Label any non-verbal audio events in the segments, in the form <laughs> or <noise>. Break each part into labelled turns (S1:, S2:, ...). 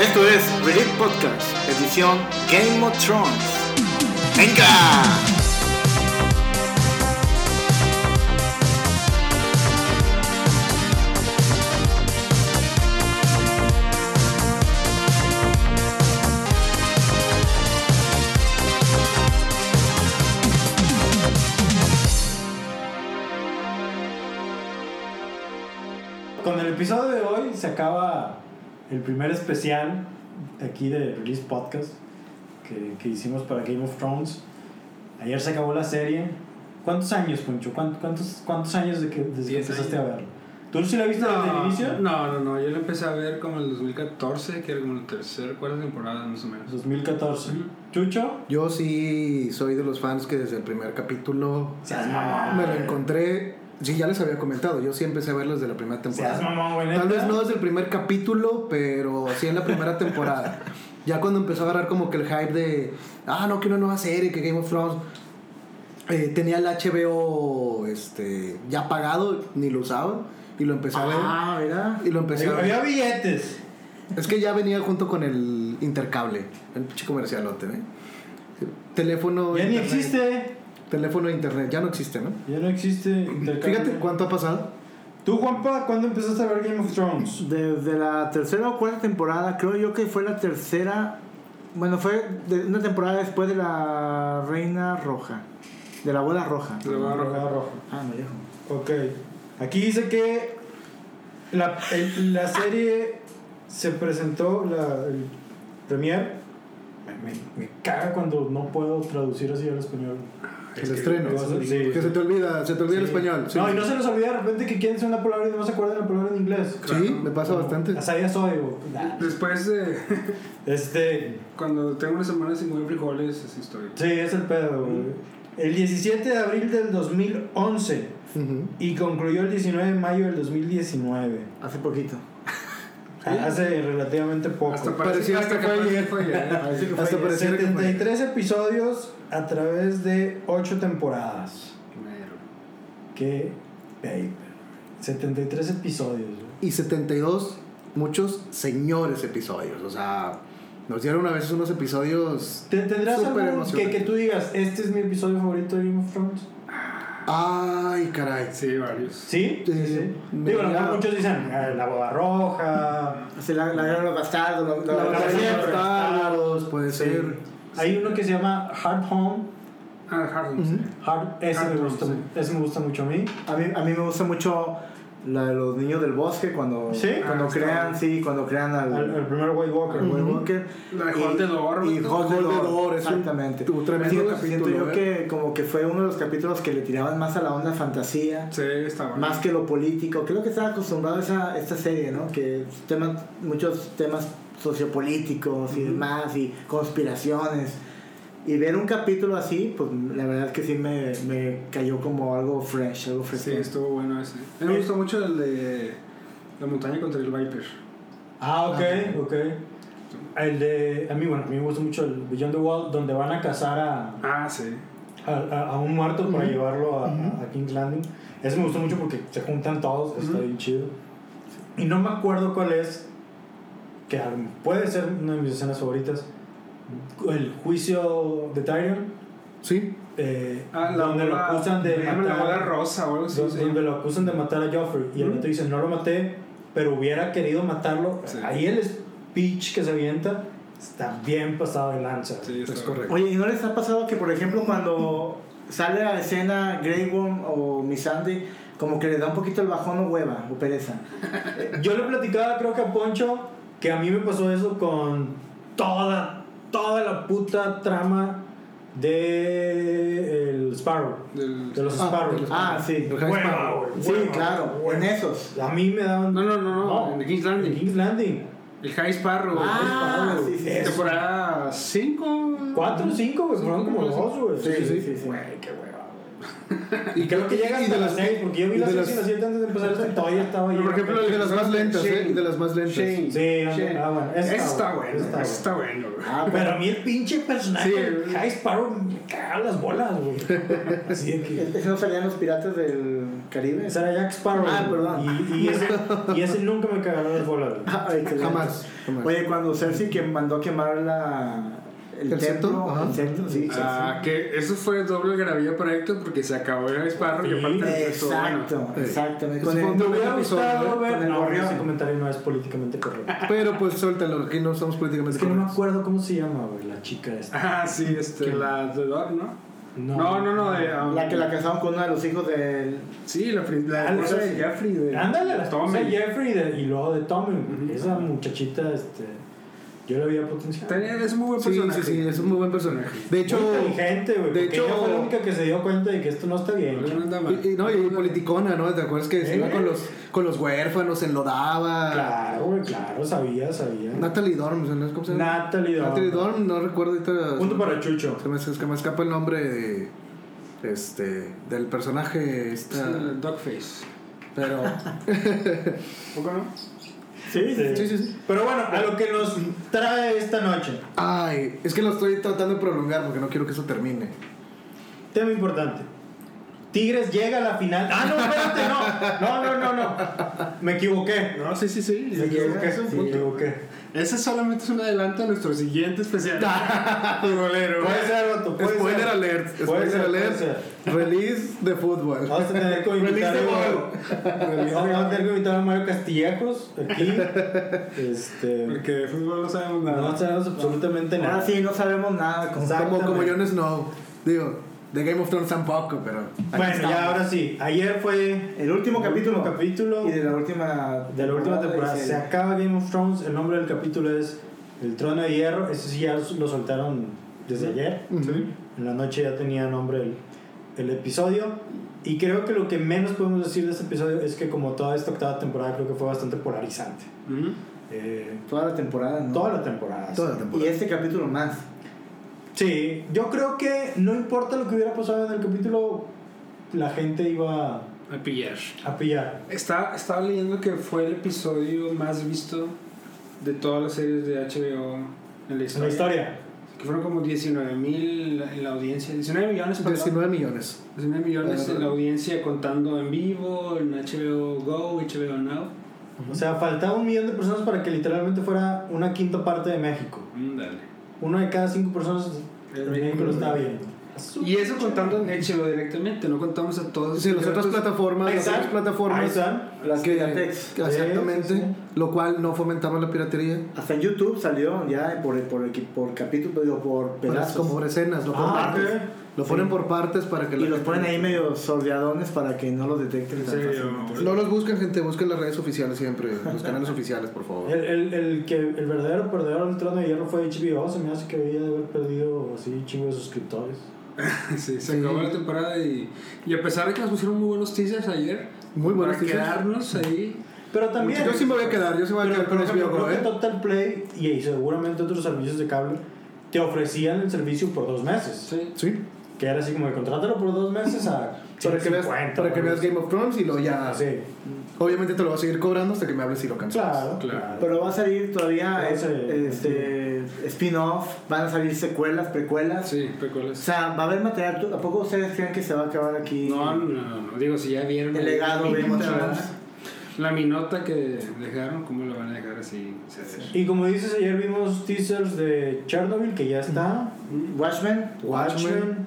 S1: Esto es Relief Podcast, edición Game of Thrones. ¡Venga!
S2: Con el episodio de hoy se acaba el primer especial aquí de Release Podcast que, que hicimos para Game of Thrones. Ayer se acabó la serie. ¿Cuántos años, Poncho? ¿Cuán- ¿Cuántos, cuántos años de que, desde que
S3: Diez
S2: empezaste
S3: años.
S2: a verlo? ¿Tú sí la viste desde el inicio?
S3: No, no, no, yo lo empecé a ver como en el 2014, que era como la tercera, cuarta temporada más o menos.
S2: 2014.
S3: Ujú.
S2: ¿Chucho?
S4: Yo sí soy de los fans que desde el primer capítulo
S2: Seas mamón.
S4: me lo encontré. Sí, ya les había comentado, yo sí empecé a verlo desde la primera
S2: Seas
S4: temporada.
S2: mamón, güey.
S4: Tal
S2: ¿neta?
S4: vez no desde el primer capítulo, pero sí en la primera temporada. Ya cuando empezó a agarrar como que el hype de, ah, no, que una nueva serie, que Game of Thrones. eh, tenía el HBO este, ya pagado, ni lo usaba, y lo empecé a ver.
S2: Ah, ¿verdad?
S4: Y lo empecé a ver.
S2: Había billetes.
S4: Es que ya venía junto con el intercable, el pinche comercialote, ¿eh? Sí, Teléfono.
S2: Ya ni
S4: internet.
S2: existe.
S4: Teléfono e internet, ya no existe, ¿no?
S2: Ya no existe intercambio.
S4: Fíjate cuánto ha pasado.
S2: ¿Tú, Juanpa, cuándo empezaste a ver Game of Thrones?
S5: Desde la tercera o cuarta temporada, creo yo que fue la tercera. Bueno, fue de- una temporada después de la Reina Roja, de la Boda Roja.
S3: De la Boda Roja.
S2: rojo.
S5: Ah, me dijo.
S2: Ok. Aquí dice que la, el- la serie se presentó, la el premier. Me, me caga cuando no puedo traducir así al español.
S4: El estreno.
S2: Sí.
S4: Que se te olvida, se te olvida el
S2: Sí.
S4: español. Sí,
S2: No, y no se nos olvida de repente que quieren ser una palabra y no se acuerdan de la palabra en inglés.
S4: Sí, me pasa bastante.
S2: Así ya soy, güey. Nah.
S3: Después de. <laughs>
S2: Este.
S3: Cuando tengo una semana sin comer frijoles, así estoy.
S2: Sí, es el pedo, güey. El 17 de abril del 2011
S4: Ujú.
S2: y concluyó el 19 de mayo del 2019.
S5: Hace poquito.
S2: Hace relativamente poco.
S3: Hasta parecía
S4: Parecía hasta
S3: hasta
S4: que
S3: que fue
S4: fue
S3: ayer.
S5: Así que fue
S4: Hasta
S5: ayer.
S4: parecía que fue.
S2: 73 episodios a través de 8 temporadas.
S3: Mero.
S2: Qué baby. 73 episodios. güey.
S4: Y 72, muchos señores episodios. O sea, nos dieron a veces unos episodios.
S2: ¿Te- ¿Tendrás
S4: Súper
S2: algo que,
S4: emocionante.
S2: que tú digas, este es mi episodio favorito de Game of Thrones?
S4: Ay, caray.
S3: Sí, varios.
S2: ¿Sí?
S4: Sí, sí, sí.
S2: Digo, a lo mejor
S4: Mira.
S2: muchos dicen, "Ah, la boda roja.
S5: Así la, la guerra de los bastardos, la-
S4: La
S5: la-
S2: la-
S4: batalla de los bastardos, puede
S2: Sí.
S4: ser.
S2: Hay uno que se llama Hard Home.
S3: Ah, Harlem. sí.
S2: Hard, ese,
S3: Hard
S2: me
S3: Home,
S2: gusta,
S3: sí.
S2: ese me gusta mucho a mí.
S5: a, mí, a mí me gusta mucho la de los niños del bosque cuando,
S2: ¿Sí?
S5: cuando
S3: Ah,
S5: crean,
S3: está
S5: sí, cuando crean al,
S2: Al, al primer White Walker.
S5: al White Walker.
S3: La de
S5: Y-
S3: Hall de Dor.
S5: Y Hall de
S4: Hall de
S5: Dor,
S4: Dor, es un-
S5: exactamente.
S4: un tremendo
S5: Siento-
S4: capítulo,
S5: Siento yo
S4: ¿eh?
S5: que como que fue uno de los capítulos que le tiraban más a la onda fantasía.
S3: Sí, está bueno.
S5: más que lo político, creo que estaba acostumbrado a esa, esta serie, ¿no? Que temas, muchos temas sociopolíticos y demás, y conspiraciones. Y ver un capítulo así, pues la verdad es que sí me, me cayó como algo fresh, algo fresco.
S3: Sí, estuvo bueno ese. A mí me gustó mucho el de. La montaña contra el Viper.
S2: Ah, ok, ok. El de. A mí, bueno, a mí me gusta mucho el Beyond the Wall, donde van a cazar a,
S3: Ah, sí.
S2: a, a- a un muerto para llevarlo a, a King's Landing. Ese me gustó mucho porque se juntan todos, está bien chido. Y no me acuerdo cuál es, que a- puede ser una de mis escenas favoritas, el juicio de Tyrion,
S4: Sí.
S2: eh,
S3: Ah, la
S2: donde lo
S3: boda-
S2: acusan de
S3: me llama la boda
S2: matar,
S3: rosa o algo así.
S2: do-
S3: sí.
S2: donde lo acusan de matar a Joffrey y el
S3: Ujú.
S2: otro dice, no lo maté, pero hubiera querido matarlo.
S3: Sí.
S2: Ahí el speech que se avienta está bien pasado de lanza.
S3: Sí, está
S4: Es
S3: bueno.
S4: correcto.
S5: Oye, ¿y no les ha pasado que, por ejemplo, cuando sale a escena Grey Worm o Missandei, como que le da un poquito el bajón o hueva o pereza?
S2: Eh, Yo le platicaba, creo que a Poncho, que a mí me pasó eso con toda, toda la puta trama de el Sparrow,
S3: Del-
S2: de los
S4: Ah,
S2: Sparrow.
S4: de los-
S5: Ah, sí.
S4: Los High
S2: Hueva,
S4: Sparrow.
S2: güey,
S5: Sí,
S2: hueva,
S5: claro,
S2: hueva.
S5: en esos.
S2: A mí me daban
S3: No, no, no, no.
S2: No.
S3: En The King's
S2: de
S3: Landing.
S2: King's Landing.
S3: El High Sparrow.
S5: Ah,
S3: el High Sparrow.
S5: sí, sí, sí.
S3: Temporada 5.
S2: Cuatro o cinco, güey, fueron como dos, güey.
S4: Sí, sí, sí.
S2: Güey, qué hueva, güey. Y creo que llega hasta las seis, porque yo vi
S4: y
S2: las
S4: de
S2: seis y
S4: las-
S2: las siete antes de empezar esto y todavía estaba
S3: Pero,
S2: yo.
S3: por ejemplo,
S4: Y de las más lentas, ¿eh? Y de las más lentas.
S3: Shane.
S2: Sí, anda-
S3: Shane.
S2: ah, bueno, ese
S3: Ese
S2: está
S3: está
S2: bueno,
S3: bueno.
S2: ese
S3: ese
S2: está
S3: está bueno,
S5: Ah,
S3: güey.
S4: Ah,
S2: Ah, Pero a mí el pinche personaje
S3: Sí,
S2: de
S3: güey.
S2: High Sparrow me cagaba las bolas, güey. Así de que.
S5: Ese no salían los piratas del. Caribe.
S2: Esa era Jack Sparrow.
S5: Ah, perdón. Ah,
S2: Y, y ese, y ese nunca me cagaron las bolas, güey.
S5: <laughs> Ay, qué
S4: Jamás, jamás.
S5: Oye, cuando Cersei que mandó a quemar la, el,
S4: ¿El
S5: templo,
S4: centro? Ajá.
S5: el centro, sí.
S3: Ah, que eso fue doble gravía proyecto porque se acabó el esparro que
S2: Sí.
S3: falta el texto,
S5: Exacto,
S3: bueno.
S4: Sí.
S5: exactamente.
S4: Eso
S5: Con
S4: fue
S5: el-
S4: un-
S2: Me hubiera
S4: episodio,
S2: gustado
S4: ¿eh?
S2: ver.
S5: Con el
S2: No,
S5: gorrión.
S2: ese comentario no es políticamente correcto.
S3: Ah,
S4: Pero pues suéltalo, aquí no somos políticamente
S2: Es que no me
S4: correctos.
S2: acuerdo cómo se llama, güey, la chica esta.
S3: Ah, sí, este,
S2: ¿Quién?
S3: la de Dor, ¿no? No, no, no, de, ah,
S5: La que la casaron con uno de los hijos del.
S3: Sí, la, fri- la
S2: Ah, la
S3: esposa de
S2: Cersei.
S3: Jeffrey. De,
S2: Ándale, la esposa
S3: Tommy.
S2: de Jeffrey de- y luego de Tommy. güey.
S3: Ujú.
S2: Esa muchachita, este, yo le veía potencial.
S3: Tenía- Es un muy buen
S4: Sí,
S3: personaje.
S4: sí, sí, es un muy buen personaje. De hecho,
S2: Muy inteligente, güey.
S4: de
S2: porque
S4: hecho-
S2: ella fue la única que se dio cuenta de que esto no está bien.
S3: No anda mal.
S4: y, y- no, y politicona, ¿no? ¿Te acuerdas que se
S2: Sí.
S4: iba con los, con los huérfanos, se enlodaba?
S2: Claro, güey, claro, sabía, sabía.
S4: Natalie Dorm, ¿no? ¿cómo se llama?
S2: Natalie Dormer.
S4: Natalie Dorm, no recuerdo ahorita.
S2: Punto para Chucho.
S4: Se me, se me escapa el nombre de, este, del personaje.
S2: Ah.
S3: Es
S4: Esta,
S3: el Dogface.
S4: Pero.
S3: ¿Poco no?
S2: Sí,
S4: Sí, sí, sí.
S2: Pero bueno, a lo que nos trae esta noche.
S4: Ay, es que lo estoy tratando de prolongar porque no quiero que eso termine.
S2: Tema importante. Tigres llega a la final. Ah, no, espérate, no. No, no, no, no. Me equivoqué.
S3: No, sí, sí, sí.
S2: Me equivoqué,
S3: Es un
S2: me
S3: punto.
S2: equivoqué.
S3: Ese solamente es un adelanto a nuestro
S2: <laughs>
S3: siguiente especial. <laughs> Futbolero.
S2: Puede ser, Otto, puede
S4: Spoiler
S2: ser.
S4: alert,
S2: Puede
S4: spoiler
S2: ser, puede
S4: alert.
S2: ser.
S4: Release de fútbol.
S3: Ah,
S2: Vamos a tener que invitar
S4: <laughs> Release de
S2: a- Vamos a tener que invitar a Mario Castillejos aquí. Este.
S3: Porque de fútbol no sabemos nada.
S2: No sabemos absolutamente
S5: Ahora
S2: nada.
S5: Ah, sí, no sabemos nada. Como
S4: Como, como
S2: exactamente.
S4: Jon Snow. Digo, de Game of Thrones tampoco, pero. aquí
S2: Bueno,
S4: estamos.
S2: ya ahora sí. Ayer fue
S5: El último capítulo.
S2: capítulo
S5: Y de la última.
S2: de la última temporada.
S5: es
S2: Se
S5: el-
S2: acaba Game of Thrones. El nombre del capítulo es El Trono de Hierro. Ese sí ya lo soltaron desde ayer.
S4: Ujú.
S2: En la noche ya tenía nombre el, el episodio. Y creo que lo que menos podemos decir de este episodio es que como toda esta octava temporada creo que fue bastante polarizante.
S3: Ujú.
S2: Eh,
S5: Toda la temporada, ¿no?
S2: Toda la temporada.
S4: Toda la
S5: Y
S4: temporada.
S5: este capítulo más.
S2: Sí, yo creo que no importa lo que hubiera pasado en el capítulo, la gente iba
S3: A pillar.
S2: a pillar.
S3: Está, estaba leyendo que fue el episodio más visto de todas las series de HBO en la
S2: En la
S3: historia.
S2: historia.
S3: Que fueron como 19 mil en la audiencia. 19 millones, perdón.
S4: 19 millones.
S3: 19 millones Pues en la audiencia contando en vivo, en HBO Go, HBO Now.
S2: O sea, faltaba un millón de personas para que literalmente fuera una quinta parte de México.
S3: Mm, dale.
S2: Una de cada cinco personas en México lo estaba viendo.
S3: Y eso contando en HBO directamente, no contamos a todos.
S4: Sí, las otras plataformas, las otras
S2: Exacto. Ahí
S4: plataformas.
S2: están.
S5: Las
S4: que-
S5: Piratex.
S4: que- Exactamente.
S2: Sí, sí,
S4: Lo cual no fomentaba la piratería.
S5: Hasta en YouTube salió ya por, por, por capítulo, digo, por
S4: Pero
S5: pedazos.
S4: como por escenas. Lo ponen,
S2: Ah,
S4: por-
S2: ok.
S4: lo ponen por partes para que
S5: Y
S4: la
S5: los
S4: gente-
S5: ponen ahí medio sordeadones para que no los detecten.
S3: En
S5: tan
S3: serio,
S5: fácilmente.
S4: No los busquen, gente. Busquen las redes oficiales siempre. Los canales oficiales, por favor.
S2: El, el, el que el verdadero perdedor del trono de hierro fue HBO, se me hace que debía de haber perdido así chingo de suscriptores.
S3: Sí, se
S4: Sí.
S3: acabó la temporada y, y a pesar de que nos pusieron muy buenos teasers ayer,
S4: Muy buenos
S3: para
S4: teasers.
S3: quedarnos ahí.
S2: Pero también
S4: Yo sí me voy a quedar. Yo sí me voy a
S2: Pero,
S4: quedar
S2: por
S4: con
S2: ejemplo,
S4: HBO
S2: creo
S4: Go,
S2: que
S4: ¿eh?
S2: Total Play y, y seguramente otros servicios de cable te ofrecían el servicio por dos meses.
S3: Sí.
S4: Sí.
S2: Que era así como de contrátalo por dos meses a.
S4: <laughs> Para que, veas,
S2: 150,
S4: para que
S2: güey.
S4: veas Game of Thrones y luego ya.
S2: Sí,
S4: Obviamente te lo va a seguir cobrando hasta que me hables y lo cancelas.
S2: claro.
S3: Claro.
S2: claro.
S5: Pero va a salir todavía
S2: Va a ser-
S5: eh, este, spin-off, van a salir secuelas, precuelas.
S3: Sí,
S5: O
S3: recuerdas.
S5: sea, va a haber material. ¿Tú- ¿A poco ustedes creen que se va a acabar aquí?
S3: No, no, no, no, digo, si ya vieron
S5: El
S3: ahí
S5: legado
S3: la
S5: de Game of
S3: minota,
S5: Thrones.
S3: La minota que dejaron, ¿cómo la van a dejar así? O sea,
S2: Y como dices, ayer vimos teasers de Chernobyl que ya está.
S5: Watchmen.
S4: Watchmen.
S2: Watchmen.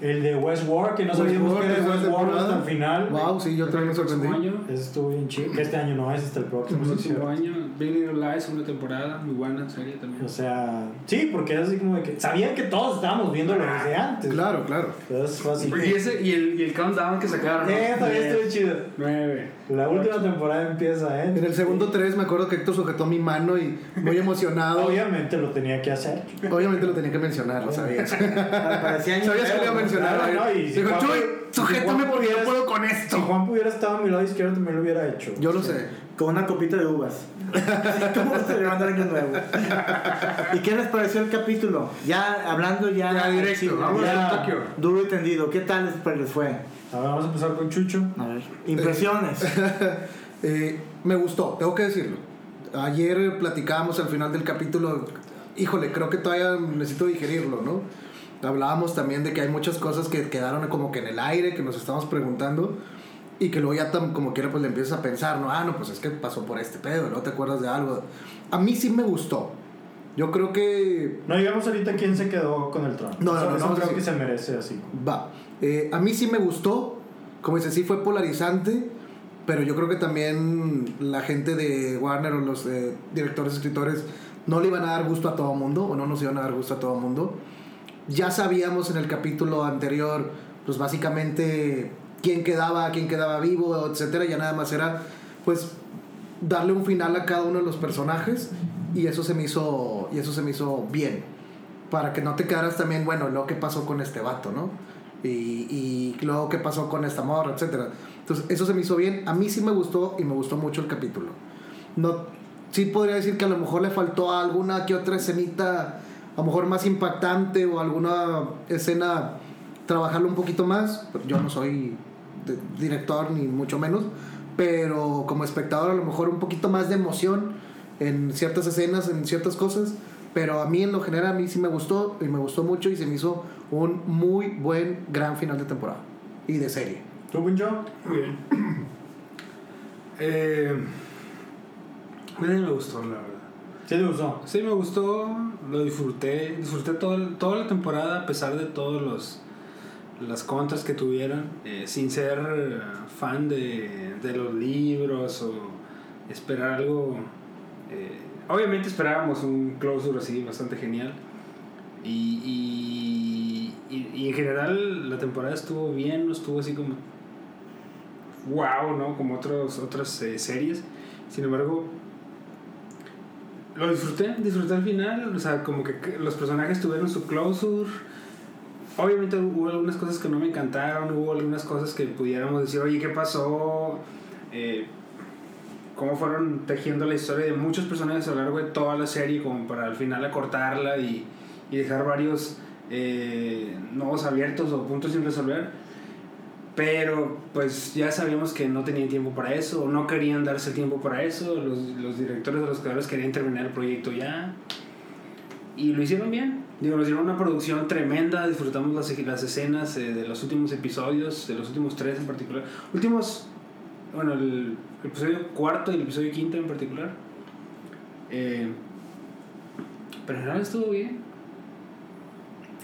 S2: El de Westworld, que no sabíamos
S4: Westworld,
S2: que era
S4: tercera
S2: Westworld
S4: temporada.
S2: hasta el final.
S4: Wow, sí, yo también me sorprendí.
S3: Próximo año,
S2: Eso estuvo bien chido. Que este año no es, hasta el próximo. sí,
S3: próximo
S2: cierto.
S3: año, Big Little Lies, una temporada muy buena serie también.
S2: O sea, sí, porque es así como de que. Sabían que todos estábamos viendo lo desde antes.
S4: Claro, claro.
S2: Entonces fue así.
S3: Y, ese, y, el, y el countdown que sacaron. ¿no?
S2: Eh, también estuvo chido.
S3: Nueve.
S2: La última temporada empieza ¿eh?
S4: En el segundo 3 me acuerdo que Héctor sujetó mi mano y
S2: <laughs>
S4: muy emocionado.
S2: Obviamente lo tenía que hacer.
S4: Obviamente lo tenía que mencionar,
S2: <laughs>
S4: lo sabías.
S5: Pa- Parecía
S3: <laughs>
S5: año
S4: Sabías que
S5: nuevo,
S4: lo iba a
S5: ¿no?
S4: mencionar.
S2: Claro,
S4: ¿eh?
S2: no, y pues si
S4: Dijo,
S2: Juan-
S4: Chuy,
S2: si Juan
S4: sujétame porque yo
S2: pudiera-
S4: puedo con
S2: Si
S4: esto.
S2: Juan hubiera estado a mi lado izquierdo, también lo hubiera hecho.
S4: Yo lo sé.
S5: Con una copita de uvas. <laughs> ¿Cómo celebrando el año nuevo? ¿Y qué les pareció el capítulo? Ya hablando ya.
S3: Ya
S5: Sí,
S3: directo, vamos
S5: ya
S3: a Tokio.
S5: Duro y tendido. ¿Qué tal les, pues, les fue?
S2: A ver, vamos a empezar con Chucho.
S5: A ver. Impresiones.
S4: Eh, me gustó, tengo que decirlo. Ayer platicábamos al final del capítulo, híjole, creo que todavía necesito digerirlo, ¿no? Hablábamos también de que hay muchas cosas que quedaron como que en el aire, que nos estamos preguntando. Y que luego ya tam- como quiera pues le empiezas a pensar, no, ah, no, pues es que pasó por este pedo, no te acuerdas de algo. A mí sí me gustó. Yo creo que
S2: No digamos ahorita quién se quedó con el trono.
S4: No, no,
S2: Eso-
S4: no,
S2: eso
S4: no,
S2: creo
S4: sí.
S2: que se merece así.
S4: Va. Eh, a mí sí me gustó. Como dice, sí fue polarizante. Pero yo creo que también la gente de Warner o los eh, directores, escritores, no le iban a dar gusto a todo mundo. O no nos iban a dar gusto a todo mundo. Ya sabíamos en el capítulo anterior, pues básicamente quién quedaba, quién quedaba vivo, etcétera. Ya nada más era, pues, darle un final a cada uno de los personajes. Y eso se me hizo, y eso se me hizo bien para que no te quedaras también, bueno, lo que pasó con este vato, ¿no? Y, y luego qué pasó con esta morra, etcétera. Entonces, eso se me hizo bien. A mí sí me gustó y me gustó mucho el capítulo. No, sí podría decir que a lo mejor le faltó alguna que otra escenita, a lo mejor más impactante o alguna escena, trabajarlo un poquito más. Yo no soy de- director ni mucho menos, pero como espectador a lo mejor un poquito más de emoción en ciertas escenas, en ciertas cosas. Pero a mí en lo general a mí sí me gustó y me gustó mucho y se me hizo un muy buen gran final de temporada y de serie.
S2: ¿Tú, Bunjo?
S3: Muy bien. Eh, a mí me gustó, la verdad.
S2: Sí, te gustó.
S3: Sí, me gustó, lo disfruté, disfruté todo, el- toda la temporada a pesar de todos los las contras que tuvieran, eh, sin ser eh, fan de, de los libros o esperar algo. eh, obviamente esperábamos un closure así bastante genial. Y, y, y- y en general la temporada estuvo bien, no estuvo así como wow, ¿no? Como otros, otras eh, series. Sin embargo, lo disfruté, disfruté al final, o sea, como que que los personajes tuvieron su closure. Obviamente hubo algunas cosas que no me encantaron, hubo algunas cosas que pudiéramos decir, oye, ¿qué pasó? Eh, cómo fueron tejiendo la historia de muchos personajes a lo largo de toda la serie, como para al final acortarla y, y dejar varios eh, nodos abiertos o puntos sin resolver. Pero pues ya sabíamos que no tenían tiempo para eso, o no querían darse tiempo para eso, los, los directores de los creadores querían terminar el proyecto ya. Y lo hicieron bien. Digo, nos dieron una producción tremenda, disfrutamos las, las escenas eh, de los últimos episodios, de los últimos tres en particular. Últimos, bueno, el, episodio cuarto y el episodio quinto en particular. Eh, pero en general estuvo bien.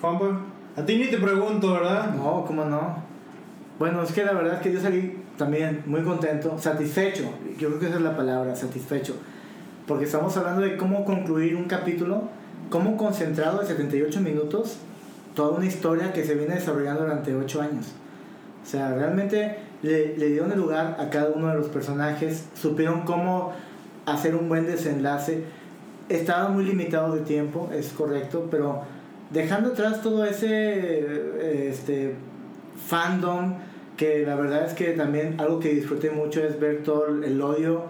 S2: Juanpa. A ti ni te pregunto, ¿verdad?
S5: No, ¿cómo no? Bueno, es que la verdad es que yo salí también muy contento, satisfecho. Yo creo que esa es la palabra, satisfecho. Porque estamos hablando de cómo concluir un capítulo, cómo concentrado de 78 minutos, toda una historia que se viene desarrollando durante 8 años. O sea, realmente le, le dieron el lugar a cada uno de los personajes, supieron cómo hacer un buen desenlace. Estaba muy limitado de tiempo, es correcto, pero dejando atrás todo ese eh, este, fandom, que la verdad es que también algo que disfruté mucho es ver todo el- el odio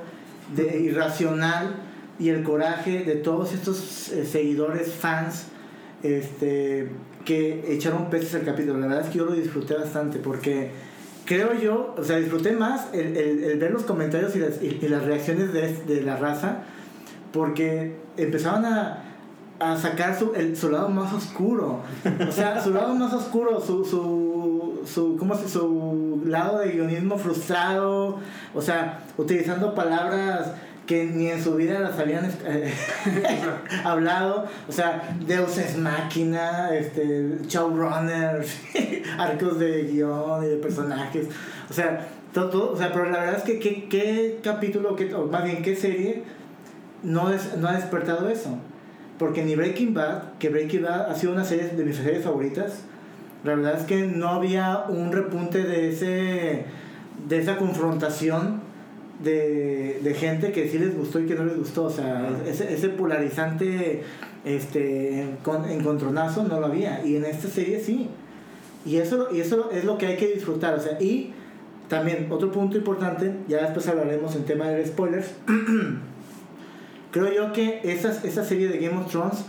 S5: de, irracional y el coraje de todos estos eh, seguidores, fans, este, que echaron peces al capítulo. La verdad es que yo lo disfruté bastante porque creo yo, o sea, disfruté más el, el- el ver los comentarios y las, y- y las reacciones de, es- de la raza porque empezaban a, a sacar su, el, su lado más oscuro. O sea, su lado más oscuro, su, su, su, ¿cómo se- su lado de guionismo frustrado, o sea, utilizando palabras que ni en su vida las habían eh, <laughs> hablado, o sea, Deus es máquina, este, showrunner, <laughs> arcos de guión y de personajes, o sea, todo, todo, o sea, pero la verdad es que qué, qué capítulo, qué, o más bien qué serie no, es, no ha despertado eso. Porque ni Breaking Bad, que Breaking Bad ha sido una serie de mis series favoritas, la verdad es que no había un repunte de, ese, de esa confrontación de, de gente que sí les gustó y que no les gustó. O sea, ese, ese polarizante este, encon- encontronazo no lo había. Y en esta serie sí. Y eso, y eso es lo que hay que disfrutar. O sea, y también otro punto importante, ya después hablaremos en tema de spoilers, creo yo que esas, esa serie de Game of Thrones,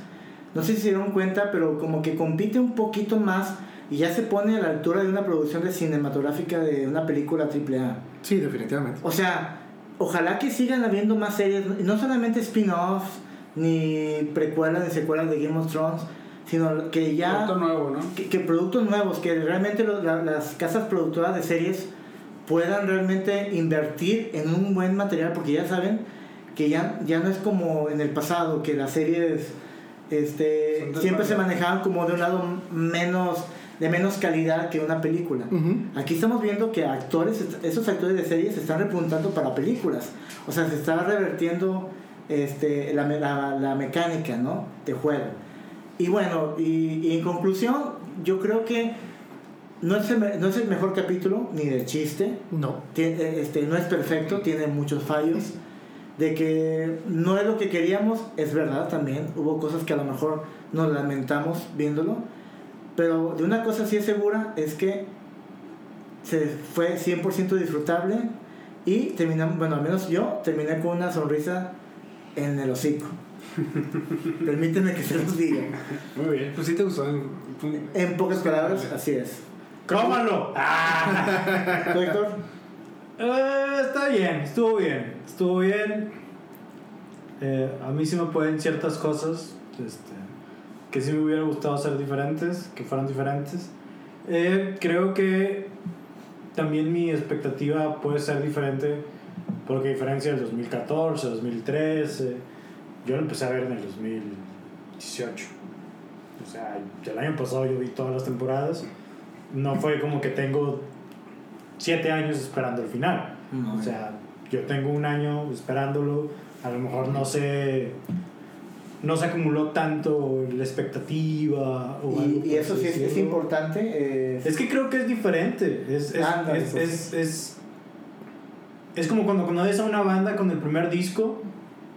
S5: no sé si se dieron cuenta, pero como que compite un poquito más y ya se pone a la altura de una producción de cinematográfica de una película AAA.
S4: Sí, definitivamente.
S5: O sea, ojalá que sigan habiendo más series, no solamente spin-offs, ni precuelas ni secuelas de Game of Thrones, sino que ya
S3: Producto nuevo, ¿no?
S5: que, que productos nuevos, que realmente lo- la- las casas productoras de series puedan realmente invertir en un buen material, porque ya saben que ya, ya no es como en el pasado, que las series este,
S3: Son de
S5: siempre se
S3: paga.
S5: manejaban como de un lado menos de menos calidad que una película.
S4: Ujú.
S5: Aquí estamos viendo que actores, esos actores de series se están repuntando para películas. O sea, se está revertiendo este, la, me- la- la mecánica, ¿no? De juego. Y bueno, y, y en conclusión, yo creo que no es, el, me- no es el mejor capítulo, ni de chiste.
S4: No.
S5: Tie- eh, este, no es perfecto, tiene muchos fallos. De que no es lo que queríamos, es verdad también. Hubo cosas que a lo mejor nos lamentamos viéndolo. Pero de una cosa sí es segura, es que se fue 100% disfrutable y terminamos, bueno, al menos yo terminé con una sonrisa en el hocico. Permíteme que se los diga.
S3: Muy bien. Pues sí te gustó. En,
S5: En pocas palabras, así es.
S2: ¡Cómalo! Ah.
S5: ¿Tú, Héctor?
S2: Eh, está bien, estuvo bien, estuvo bien. Eh, a mí sí me pueden ciertas cosas este, que sí me hubiera gustado ser diferentes, que fueran diferentes. Eh, creo que también mi expectativa puede ser diferente, porque a diferencia del 2014, 2013, yo lo empecé a ver en el 2018. O sea, el año pasado yo vi todas las temporadas. No fue como que tengo siete años esperando el final. o sea, yo tengo un año esperándolo. A lo mejor no se, no se acumuló tanto la expectativa. O algo
S5: Y, y
S2: por
S5: eso
S2: así
S5: sí es, es
S2: decirlo.
S5: importante. eh,
S2: Es que creo que es diferente. Es, es,
S5: Ándale,
S2: es,
S5: pues.
S2: es, es- es como cuando conoces a una banda con el primer disco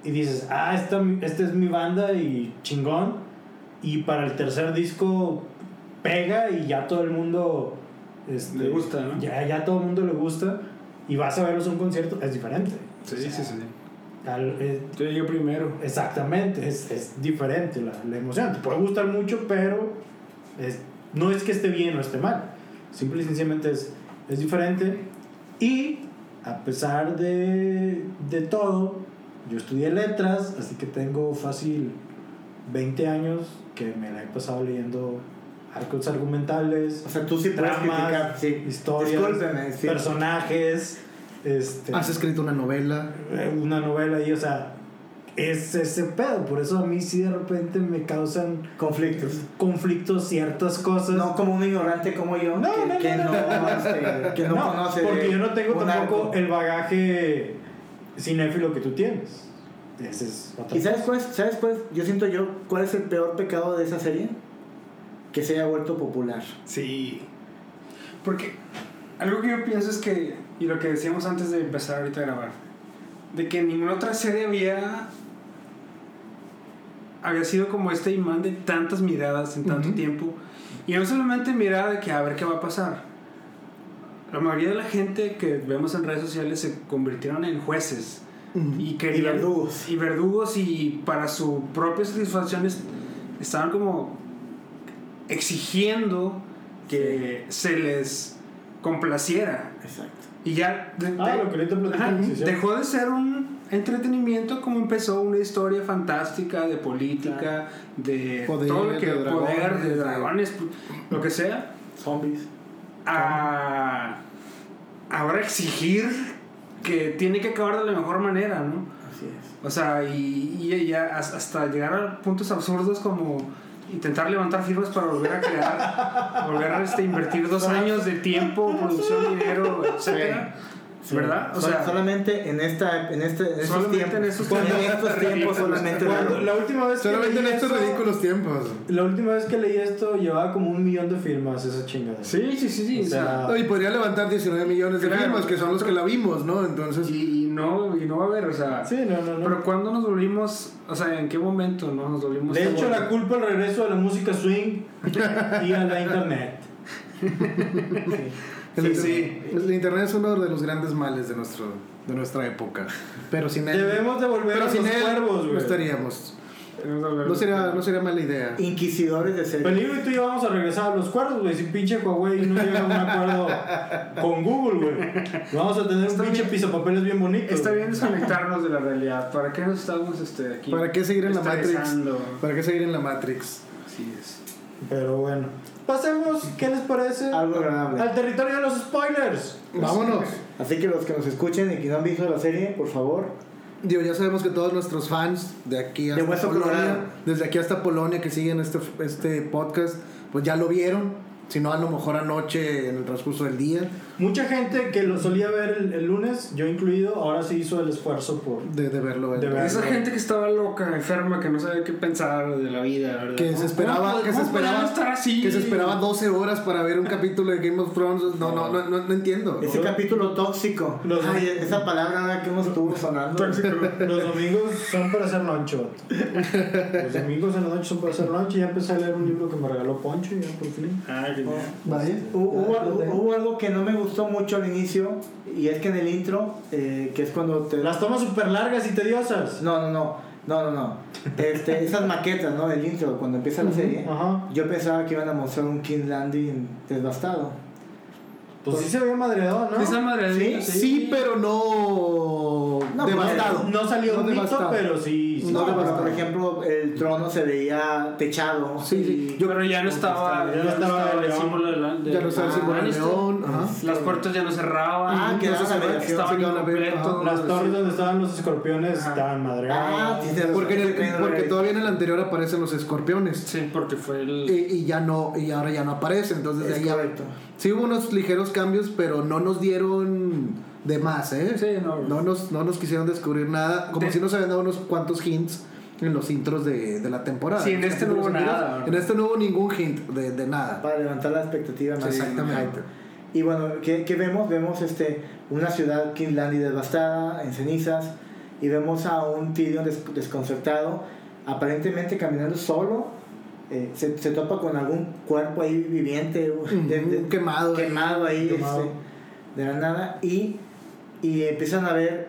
S2: y dices, ah, esta, esta es mi banda y chingón. Y para el tercer disco pega y ya todo el mundo... este,
S3: Le gusta, ¿no?
S2: Ya, ya todo el mundo le gusta y vas a verlos a un concierto, es diferente.
S3: Sí,
S2: O sea,
S3: sí, sí.
S2: al- eh,
S3: Yo llegué primero.
S2: Exactamente, es, es diferente la, la emoción. Te puede gustar mucho, pero es- no es que esté bien o esté mal. Simple y sencillamente es, es diferente. Y a pesar de, de todo, yo estudié letras, así que tengo fácil 20 años que me la he pasado leyendo arcos argumentales,
S5: o sea, tú sí puedes criticar.
S2: tramas,
S5: Sí.
S2: historias,
S5: Discúlpeme, sí.
S2: personajes. Este,
S4: Has escrito una novela.
S2: eh, una novela y, o sea, es ese pedo. Por eso a mí sí de repente me causan
S5: Conflictos.
S2: conflictos ciertas cosas.
S5: No como un ignorante como yo,
S2: No,
S5: que,
S2: no,
S5: que
S2: no,
S5: no,
S2: no.
S5: este, que no
S2: No,
S5: conoce.
S2: porque
S5: de
S2: yo no tengo
S5: un
S2: tampoco
S5: arco.
S2: el bagaje cinéfilo que tú tienes. Ese es otra
S5: ¿Y sabes
S2: cosa.
S5: cuál, es, sabes cuál es- Yo siento yo, ¿cuál es el peor pecado de esa serie? Que se haya vuelto popular.
S3: Sí. Porque algo que yo pienso es que, y lo que decíamos antes de empezar ahorita a grabar, de que en ninguna otra serie había había sido como este imán de tantas miradas en tanto
S4: Ujú.
S3: tiempo. Y no solamente mirada de que a ver qué va a pasar. La mayoría de la gente que vemos en redes sociales se convirtieron en jueces.
S4: Ujú.
S3: Y, querían-
S5: Y verdugos.
S3: Y verdugos y para su propia satisfacción es- estaban como exigiendo que se les complaciera.
S5: Exacto.
S3: Y ya de-
S2: Ah,
S3: de-
S2: lo que ahorita
S3: Ajá,
S2: platicamos. sí, sí.
S3: dejó de ser un entretenimiento como empezó una historia fantástica de política, de
S4: Poder,
S3: todo lo que
S4: de dragones,
S3: poder, de
S4: de-
S3: dragones, lo que sea,
S5: Zombies.
S3: a ahora exigir que tiene que acabar de la mejor manera, ¿no?
S5: Así es.
S3: O sea, y, y ya has- hasta llegar a puntos absurdos como intentar levantar firmas para volver a crear, volver a este, invertir dos años de tiempo, producción, dinero, etcétera.
S5: Sí.
S3: ¿Verdad? O
S5: Sol-
S3: sea,
S5: solamente en esta en este en estos
S3: Solamente
S5: tiempos.
S3: en estos
S5: Cuando-
S3: tiempos.
S5: en estos tiempos
S2: <laughs>
S5: solamente
S2: Cuando-
S5: claro.
S2: la última vez que
S4: Solamente en
S2: leí
S4: estos
S2: eso-
S4: ridículos tiempos.
S2: La última vez que leí esto llevaba como un millón de firmas esa chingada.
S3: sí, sí, sí, sí.
S2: O
S3: o sea,
S4: No, y podría levantar 19 millones de
S3: Claro.
S4: firmas, que son los que la vimos, ¿no? Entonces,
S3: y, y no, y no va a haber, o sea.
S2: Sí, no, no, no.
S3: Pero cuando nos volvimos, o sea, ¿en qué momento no nos volvimos?
S2: De
S3: tan
S2: hecho, la
S3: buenos?
S2: culpa al regreso de la música swing y a la internet.
S4: el,
S3: Sí,
S4: inter-
S3: sí.
S4: el internet es uno de los grandes males de, nuestro, de nuestra época. Pero sin él,
S2: Debemos devolver
S4: pero
S2: a
S4: sin
S2: los
S4: él
S2: cuervos,
S4: no
S2: güey.
S4: estaríamos.
S3: Nos volvemos-
S4: No sería, no sería mala idea.
S5: Inquisidores de serie.
S2: Peligro y tú y yo vamos a regresar a los cuervos, güey. Si pinche Huawei no llega a un acuerdo con Google, güey. Vamos a tener un pinche pisapapeles bien bonito.
S3: Está
S2: güey.
S3: bien desconectarnos de la realidad. ¿Para qué nos estamos este, aquí?
S4: ¿Para qué seguir en la Matrix?
S3: estresando?
S4: ¿Para qué seguir en la Matrix?
S3: Así es.
S2: Pero bueno. Pasemos, ¿qué les parece?
S5: Algo agradable.
S2: Al territorio de los spoilers.
S4: Vámonos.
S5: Así que los que nos escuchen y que no han visto la serie, por favor,
S4: Digo, ya sabemos que todos nuestros fans de aquí hasta
S5: De Hueso
S4: Polonia,
S5: Colorado.
S4: desde aquí hasta Polonia que siguen este, este podcast, pues ya lo vieron. Si no, a lo mejor anoche en el transcurso del día,
S2: Mucha gente que lo solía ver el, el lunes, yo incluido, ahora sí hizo el esfuerzo por.
S4: de, de verlo.
S2: De ver-
S3: Esa gente que estaba loca, enferma, que no sabía qué pensar de la vida, ¿verdad?
S4: que se esperaba,
S3: ¿Cómo-
S4: que se
S3: cómo
S4: esperaba,
S3: podemos estar así?
S4: que se esperaba 12 horas para ver un capítulo de Game of Thrones. No, no, no, no, no entiendo.
S5: ese capítulo tóxico.
S2: Los-
S5: Ay, esa palabra ahora que hemos estuvo sonando.
S2: Los domingos son para hacer lunch, vato. Los domingos en la noche son para hacer lunch. Ya empecé a leer un libro que me regaló Poncho, ya por fin.
S3: Ah, que no.
S4: Vaya.
S5: Hu- Hubo, hu- hubo algo que no me gustó mucho al inicio, y es que en el intro, eh, que es cuando te.
S2: Las tomas súper largas y tediosas.
S5: No, no, no, no, no, no. Este, esas maquetas, ¿no? Del intro, cuando empieza la serie.
S2: Ajá.
S5: Yo pensaba que iban a mostrar un King Landing devastado.
S2: Pues sí se veía madreado, ¿no?
S3: Esa madre de-
S4: Sí, pero no,
S5: No,
S4: devastado.
S2: No salió
S4: No
S2: bonito,
S4: devastado.
S2: pero sí. sí.
S4: No
S5: No, pero
S4: devastado.
S5: por ejemplo, el trono se veía techado.
S4: Sí, sí.
S5: y-
S4: Yo-
S3: pero ya no estaba,
S2: Ya no estaba el
S3: el
S2: león.
S3: símbolo de la- de-
S4: Ya no estaba el
S3: ah,
S4: símbolo del
S3: Lannister.
S4: león, ajá.
S3: Las puertas ya no cerraban.
S5: Ah, que
S3: no
S5: daban la
S3: cerraban,
S5: radiación,
S4: sí,
S3: estaban
S4: daban la
S3: incompletos.
S2: Las torres
S3: sí.
S2: donde estaban los escorpiones
S3: Ajá.
S2: estaban
S5: Ah,
S2: madreadas.
S5: sí, se-
S4: Porque, en el- porque
S5: se-
S4: todavía en el anterior aparecen los escorpiones.
S3: Sí, porque fue el.
S4: Y, y ya no, y ahora ya no aparecen. Entonces de
S5: Es
S4: ahí ya-
S5: correcto.
S4: Sí hubo unos ligeros cambios, pero no nos dieron de más, ¿eh?
S3: Sí, no.
S4: nos, no nos quisieron descubrir nada. Como
S3: De-
S4: si nos habían dado unos cuantos hints en los intros de, de la temporada.
S3: Sí, en
S4: Los
S3: este no
S4: capítulos
S3: hubo
S4: anteriores.
S3: nada.
S4: En este no hubo ningún hint de, de nada.
S5: Para levantar la expectativa más.
S4: Exactamente.
S5: Y bueno, ¿qué, qué vemos? Vemos este, una ciudad Kinglandy devastada, en cenizas, y vemos a un Tyrion des- desconcertado, aparentemente caminando solo. eh, se, se topa con algún cuerpo ahí viviente, uh, de- de-
S4: Ujú, quemado.
S5: quemado ahí,
S2: Quemado.
S5: este, de la nada, y, y empiezan a ver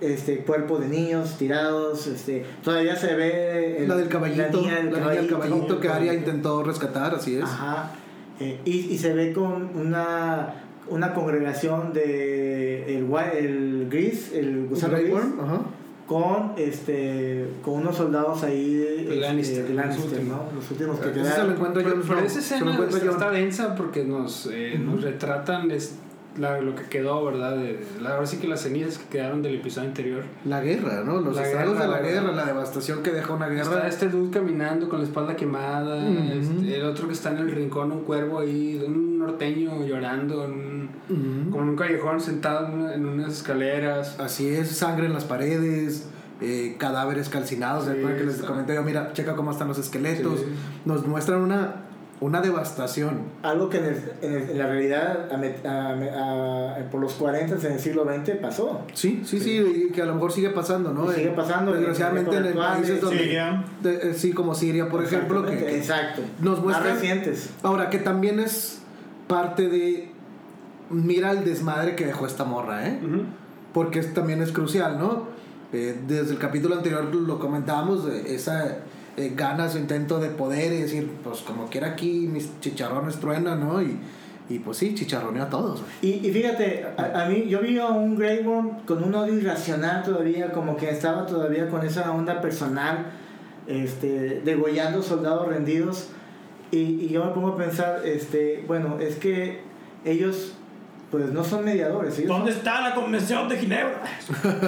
S5: este, cuerpos de niños tirados, este, todavía se ve el-
S4: la del caballito,
S5: niña del
S4: la niña del caballito que Aria
S2: caballito.
S4: intentó rescatar, así es.
S5: Ajá. Eh, y, y se ve con una, una congregación de el, gua- el gris, el gusano gris,
S4: Greyworm, ajá.
S5: con este con unos soldados ahí este,
S3: Lannister,
S5: de Lannister,
S3: los últimos.
S5: ¿no? Los últimos que
S4: Ese Ah, se lo
S5: quedaron.
S4: encuentra
S3: Pero,
S4: Jon
S3: pero
S4: Snow,
S3: esa
S4: se lo
S3: escena
S4: encuentra
S3: está,
S4: Jon.
S3: está densa porque nos, eh, nos retratan es, la- lo que quedó, ¿verdad? De- de- la- ahora sí que las cenizas que quedaron del episodio anterior.
S4: La guerra, ¿no? Los
S3: La
S4: estragos
S3: guerra,
S4: de la
S3: la
S4: guerra,
S3: guerra.
S4: la devastación que deja una
S3: Está
S4: guerra.
S3: este dude caminando con la espalda quemada,
S4: Ujú.
S3: este, el otro que está en el rincón, un cuervo ahí, un norteño llorando, en un,
S4: Ujú.
S3: como en un callejón sentado en, una- en unas escaleras.
S4: Así es, sangre en las paredes, eh, cadáveres calcinados. ¿se
S3: Sí,
S4: acuerdan que les
S3: está.
S4: comenté yo, mira, checa cómo están los esqueletos.
S3: Sí.
S4: Nos muestran una, una devastación.
S5: Algo que en, el- en el- en la realidad a met- a- a- por los 40 en el siglo XX pasó.
S4: Sí, sí, sí, y que a lo mejor sigue pasando, ¿no?
S5: Y sigue
S4: Eh,
S5: pasando,
S4: Desgraciadamente en el
S5: actuales,
S4: países donde.
S2: Siria.
S4: de- eh, sí, como Siria, por ejemplo. Que,
S5: Exactamente,
S4: que-
S5: exacto.
S4: nos muestran-
S5: Más recientes.
S4: Ahora, que también es parte de. Mira el desmadre que dejó esta morra, ¿eh?
S3: Ujú.
S4: porque es- también es crucial, ¿no? Eh, desde el capítulo anterior lo comentábamos, eh, esa eh, ganas o intento de poder y decir, pues como quiera aquí mis chicharrones truenan, ¿no? Y, y pues sí, chicharroneó a todos, güey.
S5: Y, y fíjate, a, a mí yo vi a un Grey Worm con un odio irracional todavía, como que estaba todavía con esa onda personal, este, degollando soldados rendidos. Y, y yo me pongo a pensar, este, bueno, es que ellos, pues no son mediadores, ellos,
S2: ¿Dónde está la convención de Ginebra?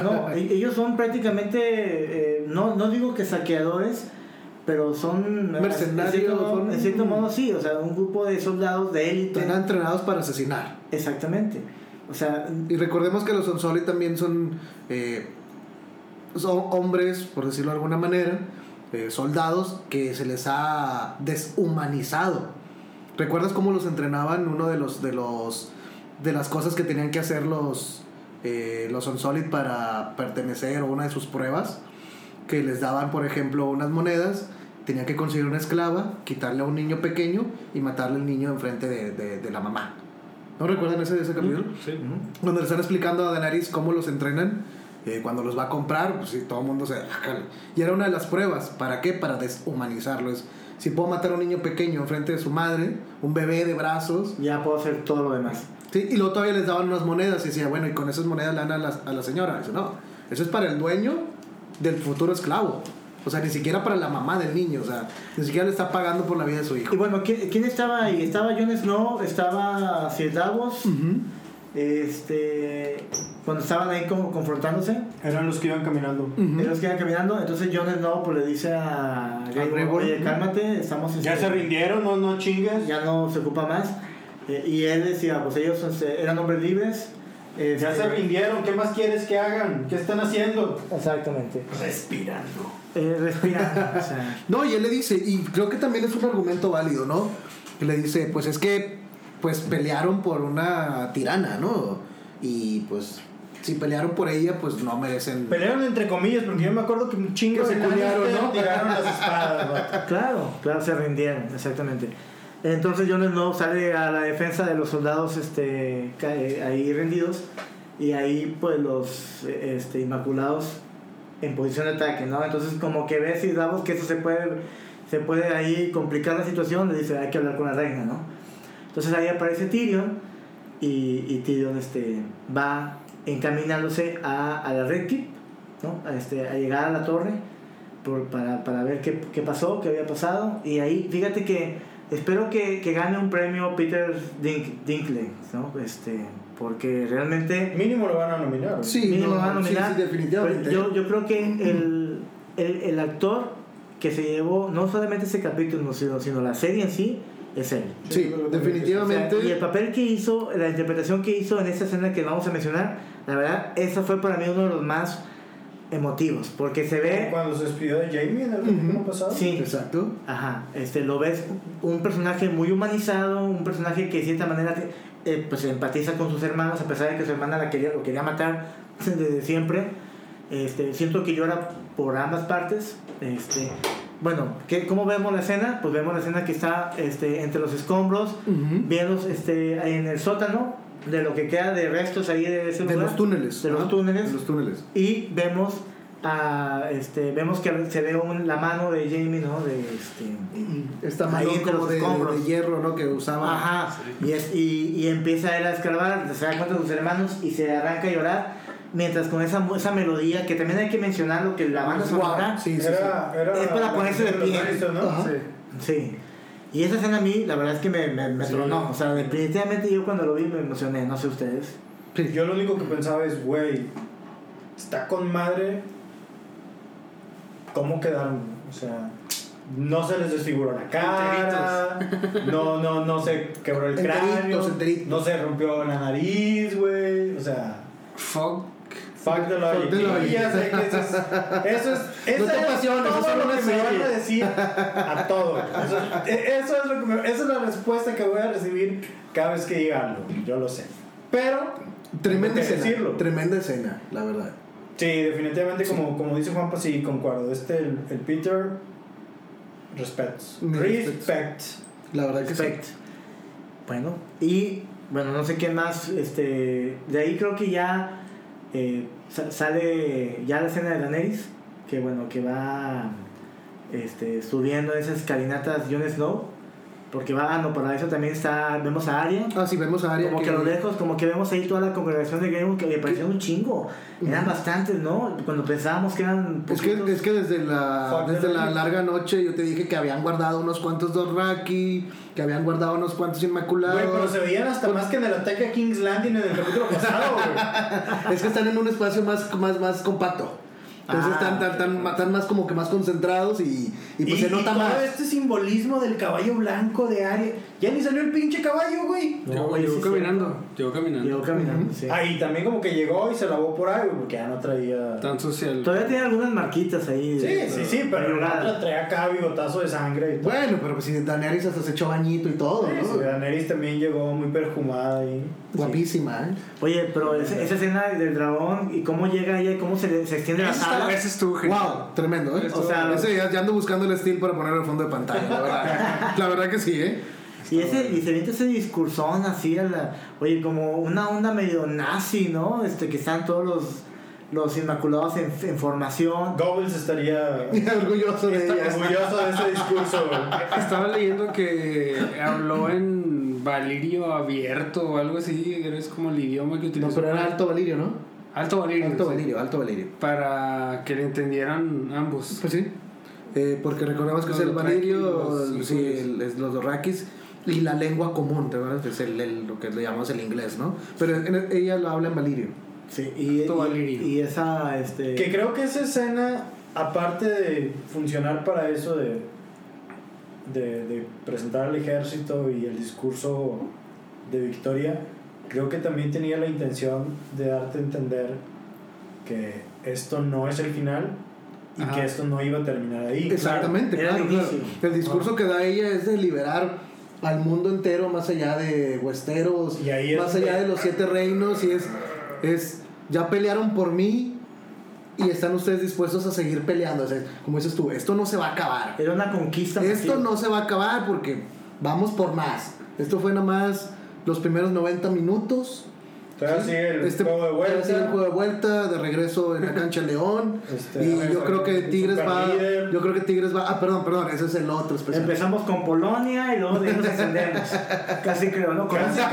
S5: no, e- ellos son prácticamente, eh, no, no digo que saqueadores, pero son ah,
S4: Mercenarios,
S5: En cierto, modo, en cierto
S4: son-
S5: modo sí, o sea, un grupo de soldados de élite.
S4: Están entrenados para asesinar.
S5: Exactamente. O sea,
S4: Y recordemos que losOnsoli también son, eh, son hombres, por decirlo de alguna manera, eh, soldados que se les ha deshumanizado. ¿Recuerdas cómo los entrenaban? Uno de los de los de las cosas que tenían que hacer los eh, los Onsoli para pertenecer o una de sus pruebas que les daban, por ejemplo, unas monedas, tenían que conseguir una esclava, quitarle a un niño pequeño y matarle al niño enfrente de, de, de la mamá. ¿No recuerdan ese, ese capítulo?
S3: Sí.
S4: cuando le están explicando a Daenerys cómo los entrenan, eh, cuando los va a comprar, pues sí, todo el mundo se... "Ájale". Y era una de las pruebas. ¿Para qué? Para deshumanizarlo. Es, si puedo matar a un niño pequeño enfrente de su madre, un bebé de brazos,
S5: ya puedo hacer todo lo demás.
S4: ¿sí? y luego todavía les daban unas monedas y decía, bueno, y con esas monedas le dan a la, a la señora. Dice, no, eso es para el dueño del futuro esclavo. O sea, ni siquiera para la mamá del niño, o sea, ni siquiera le está pagando por la vida de su
S5: Y
S4: hijo.
S5: bueno, ¿quién, quién estaba ahí? Estaba Jon Snow, estaba Sir Davos,
S4: Ujú.
S5: Este, cuando estaban ahí como confrontándose,
S2: Eran los que iban caminando.
S4: Ujú.
S5: ellos quedan caminando, entonces Jon Snow pues, le dice a Grey
S4: Greywood,
S5: oye,
S4: ujú.
S5: cálmate, estamos...
S2: Ya
S5: este,
S2: se rindieron, no, no chingues.
S5: ya no se ocupa más. Eh, y él decía, pues ellos este, eran hombres libres. este,
S2: Ya se rindieron, ¿qué más quieres que hagan? ¿Qué están haciendo?
S5: Exactamente.
S2: Respirando.
S5: Eh, respirando, o sea,
S4: No, y él le dice, y creo que también es un argumento válido, ¿no? Que le dice, pues es que, pues pelearon por una tirana, ¿no? Y pues, si pelearon por ella, pues no merecen...
S2: Pelearon entre comillas, porque yo me acuerdo que un chingo
S4: Que se
S2: de nanas
S4: culiaron,
S2: te
S4: ¿no?
S2: tiraron las espadas. vato.
S5: claro, claro, se rindieron, exactamente. Entonces Jon Snow sale a la defensa de los soldados este, ca- eh, ahí rendidos y ahí pues los eh, este, inmaculados en posición de ataque, ¿no? Entonces como que ves y Davos que eso se puede, se puede ahí complicar la situación, le dice hay que hablar con la reina, ¿no? Entonces ahí aparece Tyrion y, y Tyrion este, va encaminándose a, a la Red Keep, ¿no? A, este, a llegar a la torre por- para, para ver qué, qué pasó, qué había pasado. Y ahí, fíjate que espero que, que gane un premio Peter Dink, Dinklage, ¿no? Este, porque realmente...
S2: Mínimo lo van a nominar. güey.
S4: Sí,
S5: mínimo
S4: no,
S5: va a
S4: sí,
S5: nominar,
S4: sí, definitivamente.
S5: pero Pues, Yo, yo creo que el, el, el actor que se llevó no solamente ese capítulo, sino, sino la serie en sí, es él.
S4: sí,
S5: O sea,
S4: definitivamente.
S5: y el papel que hizo, la interpretación que hizo en esta escena que vamos a mencionar, la verdad, esa fue para mí uno de los más emotivos, porque se ve,
S2: Cuando se despidió de Jamie en el capítulo pasado.
S5: sí,
S4: Exacto.
S5: ajá, este, lo ves un personaje muy humanizado, un personaje que de cierta manera eh, pues empatiza con sus hermanos, a pesar de que su hermana la quería, lo quería matar <laughs> desde siempre, este, siento que llora por ambas partes, este, bueno, ¿qué, ¿cómo vemos la escena? Pues vemos la escena que está este, entre los escombros,
S4: Ujú.
S5: viendo este, ahí en el sótano de lo que queda de restos ahí de ese
S4: De
S5: lugar.
S4: los túneles.
S5: De los
S4: ajá,
S5: túneles.
S4: De los túneles.
S5: Y vemos a, este, vemos que se ve un- la mano de Jamie, ¿no? De este.
S4: Esta
S5: Ahí
S4: mano
S5: entre
S4: como
S5: los
S4: de,
S5: escombros.
S4: de hierro, ¿no? Que usaba.
S5: Ajá. Y, es- y, y empieza él a escarbar, se da cuenta de sus hermanos y se arranca a llorar. Mientras con esa, mu- esa melodía, que también hay que mencionar lo que la banda
S4: Guau,
S5: sonora.
S4: sí, sí, sí.
S2: Era, era
S5: Es para ponerse de pie.
S2: Cristo, ¿no?
S4: Ajá.
S5: Sí. Y esa escena a mí, la verdad es que me, me, me tronó. O sea, definitivamente yo cuando lo vi me emocioné, no sé ustedes.
S4: Sí.
S2: Yo lo único que pensaba es, güey, está con madre. ¿Cómo quedaron? O sea, no se les desfiguró la cara. No, no, no se quebró el
S4: Enteritos,
S2: cráneo.
S4: enteritos.
S2: No se rompió la nariz, güey. O sea,
S3: Fuck.
S2: fuck de
S4: Fuck the
S2: la
S4: logic.
S2: Ya sé que eso es. Eso es.
S4: No te
S2: eso es
S4: apasiones,
S2: todo
S4: es solo
S2: lo
S4: una
S2: que me van
S4: serie.
S2: a decir a todo. güey. O sea, e- eso es lo que me- esa es la respuesta que voy a recibir cada vez que diga algo. Yo lo sé. Pero Tengo
S4: Tremenda
S2: que
S4: escena.
S2: decirlo.
S4: Tremenda escena, la verdad.
S2: Sí, definitivamente, como, como dice Juanpa, sí, concuerdo. Este, el, el Peter, respetos.
S4: Mis
S2: Respect.
S4: La verdad que sí.
S5: Perfecto. Bueno, y bueno, no sé qué más. Este, de ahí creo que ya eh, sa- sale ya la escena de Daenerys, que bueno, que va este, subiendo esas escalinatas Jon Snow, porque va, ah, no, para eso también está, vemos a Arya.
S4: Ah, sí, vemos a Arya.
S5: Como que a lo lejos, como que vemos ahí toda la congregación de Game que le parecían un chingo. Eran bastantes, ¿no? Cuando pensábamos que eran.
S4: Es que,
S5: poquitos.
S4: es que desde la,
S2: Fuck,
S4: desde
S2: ¿no?
S4: la larga noche yo te dije que habían guardado unos cuantos Dorraki, que habían guardado unos cuantos Inmaculados.
S2: Güey, pero se veían hasta más que en el ataque a King's Landing en el capítulo pasado, güey.
S4: Es que están en un espacio más, más, más compacto. Entonces
S5: Ah.
S4: están, están, están- están más como que más concentrados y, <laughs> y pues se nota
S2: todo
S4: más.
S2: este simbolismo del caballo blanco de Arya. Ya ni salió el pinche caballo, güey.
S5: No,
S3: Llegó
S5: güey, sí
S3: llegó
S5: es
S3: caminando. Llegó
S5: cierto.
S3: caminando.
S5: Llegó caminando, sí.
S2: Ah, y también como que llegó y se lavó por algo, porque ya no traía...
S3: Tan social.
S5: Todavía tiene algunas marquitas ahí.
S2: Sí, sí, sí, pero la
S5: Lloradas.
S2: otra traía acá bigotazo de sangre y todo.
S4: Bueno, pero pues si Daenerys hasta se echó bañito y todo,
S2: Sí,
S4: ¿no?
S2: sí, Daenerys también llegó muy perfumada ahí.
S4: Guapísima, ¿eh?
S5: Oye, pero esa, esa escena del dragón y cómo llega ella y cómo se, le- se extiende la
S3: Esta
S5: sala.
S3: vez estuvo genial.
S4: Wow, tremendo, ¿eh?
S5: O sea,
S4: Ese ya, ya ando buscando el steel para ponerlo en fondo de pantalla, la verdad. la verdad que sí, ¿eh? <laughs>
S5: Y, ese, y se viene ese discursón así, a la- oye, como una onda medio nazi, ¿no? Este, que están todos los, los inmaculados en, en formación.
S2: Goebbels
S4: <laughs>
S2: estaría
S4: Orgulloso de ella.
S2: orgulloso de ese discurso, güey.
S3: Estaba leyendo que habló en valirio abierto o algo así, que es como el idioma que
S4: No,
S3: utilizó.
S4: pero era alto valirio, ¿no?
S3: Alto valirio.
S4: Alto
S3: sí.
S4: valirio, alto valirio.
S3: Para que le entendieran ambos.
S4: Pues sí. Eh, porque recordamos que
S3: Los
S4: es el
S3: Dothraki,
S4: Valirio,
S3: los
S4: sí,
S3: Injurios.
S4: el- es los Dorrakis, y la lengua común, ¿te acuerdas? Es el, el- lo que le llamamos el inglés, ¿no? Pero en- ella lo habla en valirio.
S5: Sí, y,
S3: Acto
S5: y-
S3: valirio.
S5: y esa, este...
S2: Que creo que esa escena, aparte de funcionar para eso de, de, de presentar al ejército y el discurso de victoria, creo que también tenía la intención de darte a entender que esto no es el final y
S3: Ajá.
S2: que esto no iba a terminar ahí.
S4: Exactamente,
S5: era
S4: claro,
S5: el
S4: claro.
S5: inicio.
S4: El discurso que da ella es de liberar al mundo entero, más allá de Westeros,
S2: Y ahí es
S4: más allá
S2: donde-
S4: de los siete reinos, y es, es, ya pelearon por mí y están ustedes dispuestos a seguir peleando. O sea, como dices tú, esto no se va a acabar.
S5: Era una conquista.
S4: Esto
S5: masiva.
S4: no se va a acabar porque vamos por más. Esto fue nada más los primeros 90 minutos.
S2: Todavía sigue el
S4: Este-
S2: juego de
S4: todavía sigue el
S2: vuelta.
S4: juego de vuelta, de regreso en la cancha de León.
S2: Este,
S4: y yo
S2: el-
S4: creo que
S2: el
S4: Tigres va.
S2: superlíder.
S4: Yo creo que Tigres va. Ah, perdón, perdón, ese es el otro especial.
S5: Empezamos con Polonia y luego de ahí nos ascendemos. Casi creo, ¿no? Con
S2: Casi,
S5: un-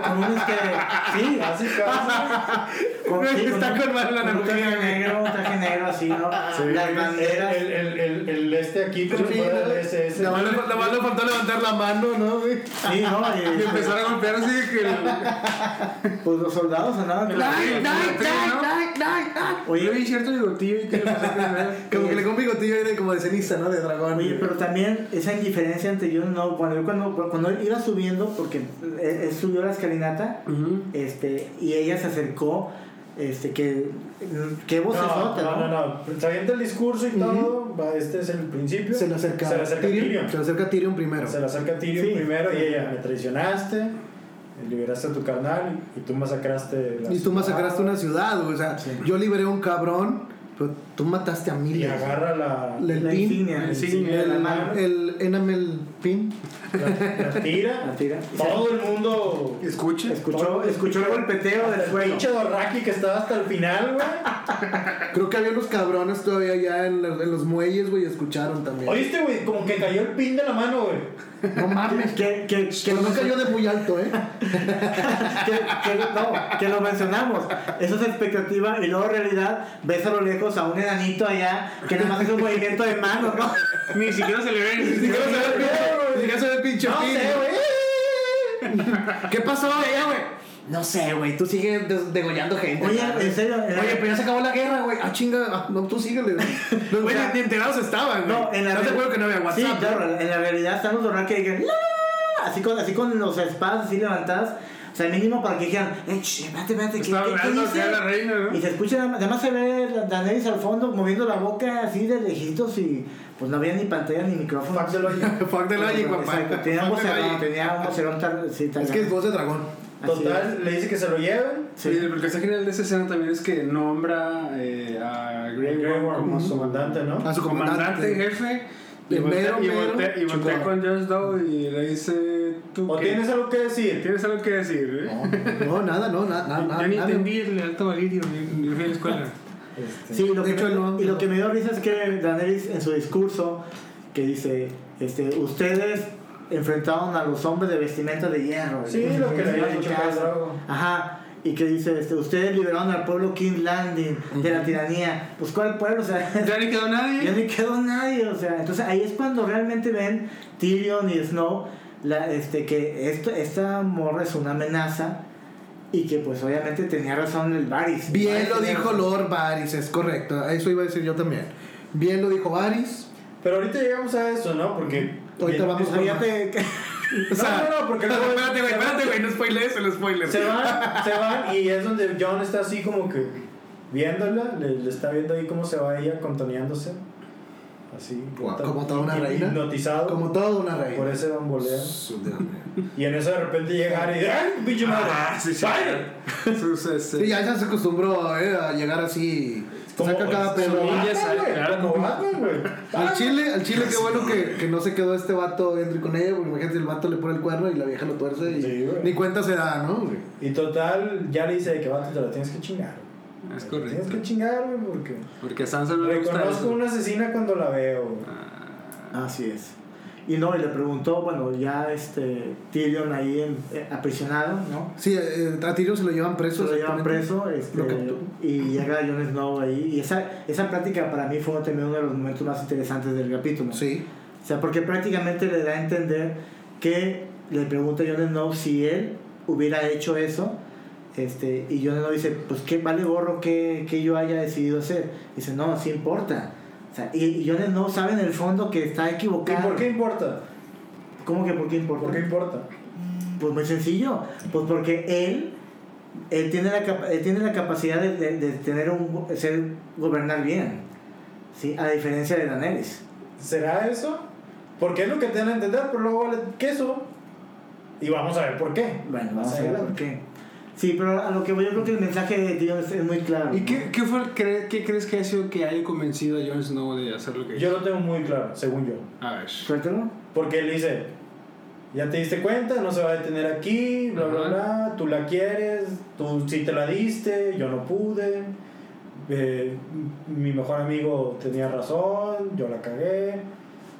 S5: Con, con un este. Sí,
S2: Casi, casi.
S5: sí,
S4: Está con mal la
S5: con un traje
S4: analogía.
S5: negro, un traje negro así, ¿no? Las banderas.
S2: El, el, el, el este aquí, como si
S4: Sí,
S2: fuera
S4: ¿no?
S2: el SS.
S4: Nada más le- nada más le faltó levantar la mano, ¿no? güey?
S5: Sí, ¿no? Y, este,
S3: Y empezar a golpear así de que.
S5: Pues los soldados andaban con
S3: Claro.
S4: ¡Dai, dai, dai, dai, dai, dai!
S3: Oye,
S5: Oye,
S3: vi cierto bigotillo y que le pasó primero.
S4: Como que le con bigotillo ahí de como de ceniza, ¿no? De dragón.
S5: Oye, pero también esa indiferencia entre yo no, cuando yo cuando, cuando él iba subiendo, porque él, él subió la escalinata,
S4: Pues,
S3: Ujú.
S5: este, y ella se acercó, este, que, mm, que
S2: No,
S5: vocesota,
S2: no,
S5: ¿no?
S2: no, no. Se avienta el discurso y todo. va, Este es el principio.
S4: se le acerca,
S2: Se le acerca Tyrion.
S4: Se le acerca Tyrion primero.
S2: Se le acerca Tyrion
S5: Sí.
S2: primero y ella, me traicionaste, eh, liberaste a tu carnal y tú masacraste. la
S4: Y tú
S2: ciudad".
S4: masacraste una ciudad, güey, O sea, yo liberé a un cabrón, pero tú mataste a
S2: Y
S4: miles.
S2: agarra la,
S4: Le- el
S5: la
S4: pin,
S5: insignia,
S2: la
S5: el-
S2: insignia de la
S5: el-
S2: mano,
S4: El enamel pin.
S2: la, la tira.
S5: La tira.
S2: Todo el mundo
S3: Escuche.
S5: Escuchó, escuchó el golpeteo del
S2: El
S5: fuego.
S2: pinche Dorraki que estaba hasta el final, güey.
S4: Creo que había unos cabrones todavía allá en, la- en los muelles, güey, y escucharon también.
S2: Oíste, güey, como que cayó el pin de la mano, güey.
S4: No mames.
S5: Que, que, que,
S4: Pero
S5: lo
S4: no cayó
S5: mencionamos-
S4: de muy alto, ¿eh?
S5: que, que- no, que lo mencionamos. Eso es expectativa y luego realidad ves a lo lejos a un enanito allá que nada más hace un movimiento de mano, ¿no?
S3: Ni siquiera se le ve. Ni siquiera se le ve.
S4: Ni siquiera se ve el pinche
S2: No
S4: pin.
S2: sé, güey.
S4: ¿Qué pasó allá, güey? No sé, güey. Tú sigues des- degollando gente.
S5: Oye,
S4: güey.
S5: en serio, en la-
S4: Oye, pero ya se acabó la guerra, güey. Ah, chinga. ah, no, tú síguele. güey. Los güeyes
S5: sea,
S4: ni enterados estaban, güey.
S5: No, en la
S4: Estás de acuerdo que no había WhatsApp.
S5: Sí,
S4: ¿no?
S5: claro, en la realidad están los Dorraki que digan, "La, la, la", así con, así con los espadas así levantadas. O sea, mínimo para que digan, eh, sh, espérate, espérate, ¿qué,
S3: Estaba
S5: qué- qué
S3: hablando
S5: dice?"
S3: acá la reina, ¿no?
S5: Y se escucha, nada más- además se ve la- Daenerys al fondo moviendo la boca así de lejitos y pues no había ni pantalla ni micrófono.
S2: Fuck the logic.
S4: Fuck the logic, papá.
S5: Exacto, tenía un
S4: Fuck the
S5: vocerón,
S4: logic.
S5: tenía un vocerón tan- sí, tan
S4: Es que
S5: grande.
S4: es voz de dragón.
S5: Así
S2: Total, le dice que se lo lleven.
S5: es.
S3: Oye,
S5: Sí.
S3: pero lo que está genial de esa escena también es que nombra eh, a Grey
S2: Grey
S3: Worm
S2: Worm
S3: como su
S2: comandante, ¿no?
S4: A su
S3: comandante
S4: comandante.
S3: jefe. Y
S4: El
S3: voltea,
S4: mero,
S3: y
S4: mero
S3: voltea- y voltea
S4: chingón.
S3: con Josh Dow y le dice: ¿Tú
S2: ¿O
S3: qué?
S2: tienes algo que decir?
S3: ¿Tienes algo que decir? eh?
S4: No, nada, no, nada, nada.
S3: Yo ni
S4: nada.
S3: entendí el alto valirio, ni, ni fui a la escuela.
S2: Este,
S5: Sí, lo
S4: De
S5: que
S4: hecho,
S5: me-
S4: no.
S5: y lo que me dio risa es que Daenerys en su discurso que dice, este, ustedes enfrentaron a los hombres de vestimenta de hierro.
S2: Sí,
S5: Y-
S2: lo que le había
S5: y-
S2: dicho Khal Drogo.
S5: Ajá. Y que dice, este, ustedes liberaron al pueblo King Landing de la tiranía. Pues cuál pueblo, o sea,
S3: ¿Ya ni quedó
S5: ya
S3: nadie?
S5: ni quedó nadie, o sea, entonces ahí es cuando realmente ven Tyrion y Snow la, este, que esto, esta morra es una amenaza y que pues obviamente tenía razón el Varys.
S4: Bien
S5: Varys
S4: lo
S5: tenía
S4: dijo
S5: razón.
S4: Lord Varys, es correcto. a Eso iba a decir yo también. Bien lo dijo Varys.
S2: Pero ahorita llegamos a eso, ¿no? Porque.
S4: Ahorita vamos
S5: Pues, fíjate que-
S4: O sea,
S2: no, no, no, porque
S3: <laughs>
S2: luego-
S4: espérate, güey, espérate, güey, no spoilees el spoiler.
S2: Se van, se van, y es donde John está así como que viéndola, le, le está viendo ahí cómo se va ella contoneándose. Así.
S4: Guau, como toda una
S2: hip-
S4: reina.
S2: Hipnotizado.
S4: Como toda una
S2: por
S4: reina.
S2: ese bamboleo.
S4: Su madre.
S2: Y en eso de repente llega Harry y dice: ¡Ay, pinche madre!
S3: Ah, sí, sí.
S2: ¡Vaya!
S3: Sus, este,
S4: Sí, ya, ya se acostumbró eh, a llegar así.
S2: Como
S4: Saca cada
S2: su
S4: pedo.
S2: ninja,
S3: Batman,
S2: güey,
S3: claro.
S2: Como Batman, güey.
S4: Al chile, al chile, qué bueno que, que no se quedó este vato entre con ella, porque imagínate, el vato le pone el cuerno y la vieja lo tuerce y
S2: Sí, güey.
S4: ni cuenta se da, ¿no? güey?
S2: Y total, ya le dice de que vato, te la tienes que chingar. güey.
S3: Es
S2: Te la Tienes
S3: correcto.
S2: que chingar, güey, porque.
S3: Porque a Sansa no le gusta
S2: Reconozco
S3: eso. Ah.
S2: una asesina cuando la veo. güey.
S5: Así es. Y no, y le preguntó, bueno, ya este Tyrion ahí en- eh, aprisionado, ¿no?
S4: Sí, eh, a Tyrion se lo llevan
S5: Se
S4: preso.
S5: lo llevan
S4: exactamente.
S5: preso este,
S4: Lo capturó.
S5: y llega Jon Snow ahí. Y esa, esa práctica para mí fue también uno de los momentos más interesantes del capítulo.
S4: Sí.
S5: O sea, porque prácticamente le da a entender que le pregunta a Jon Snow si él hubiera hecho eso. Este, y Jon Snow dice, pues qué vale gorro que, que yo haya decidido hacer. Dice, no, sí importa. O sea, y, y Jon Snow sabe en el fondo que está
S2: ¿Y
S5: equivocado.
S2: por qué importa?
S5: ¿Cómo que por qué importa?
S2: ¿Por qué importa?
S5: Pues muy sencillo. Pues porque él, él, tiene, la, capa- él tiene la capacidad de, de- de tener un, go- ser, gobernar bien. ¿sí? A diferencia de Daenerys.
S2: ¿Será eso? Porque es lo que te van a entender, pero luego vale queso. Y vamos a ver por qué.
S5: Bueno,
S2: Más
S5: vamos a ver por
S2: adelante.
S5: qué. Sí, pero a lo que voy, yo creo que el mensaje de Dios es muy claro.
S3: ¿Y
S5: ¿no?
S3: qué, qué, fue, cre- qué crees que ha sido que haya convencido a Jon Snow de hacer lo que
S2: Yo lo tengo muy claro, según yo.
S3: A ver.
S5: Suéltalo.
S2: Porque él dice, ya te diste cuenta, no se va a detener aquí, bla, bla,
S3: Ajá.
S2: bla, tú la quieres, tú sí te la diste, yo no pude, eh, mi mejor amigo tenía razón, yo la cagué,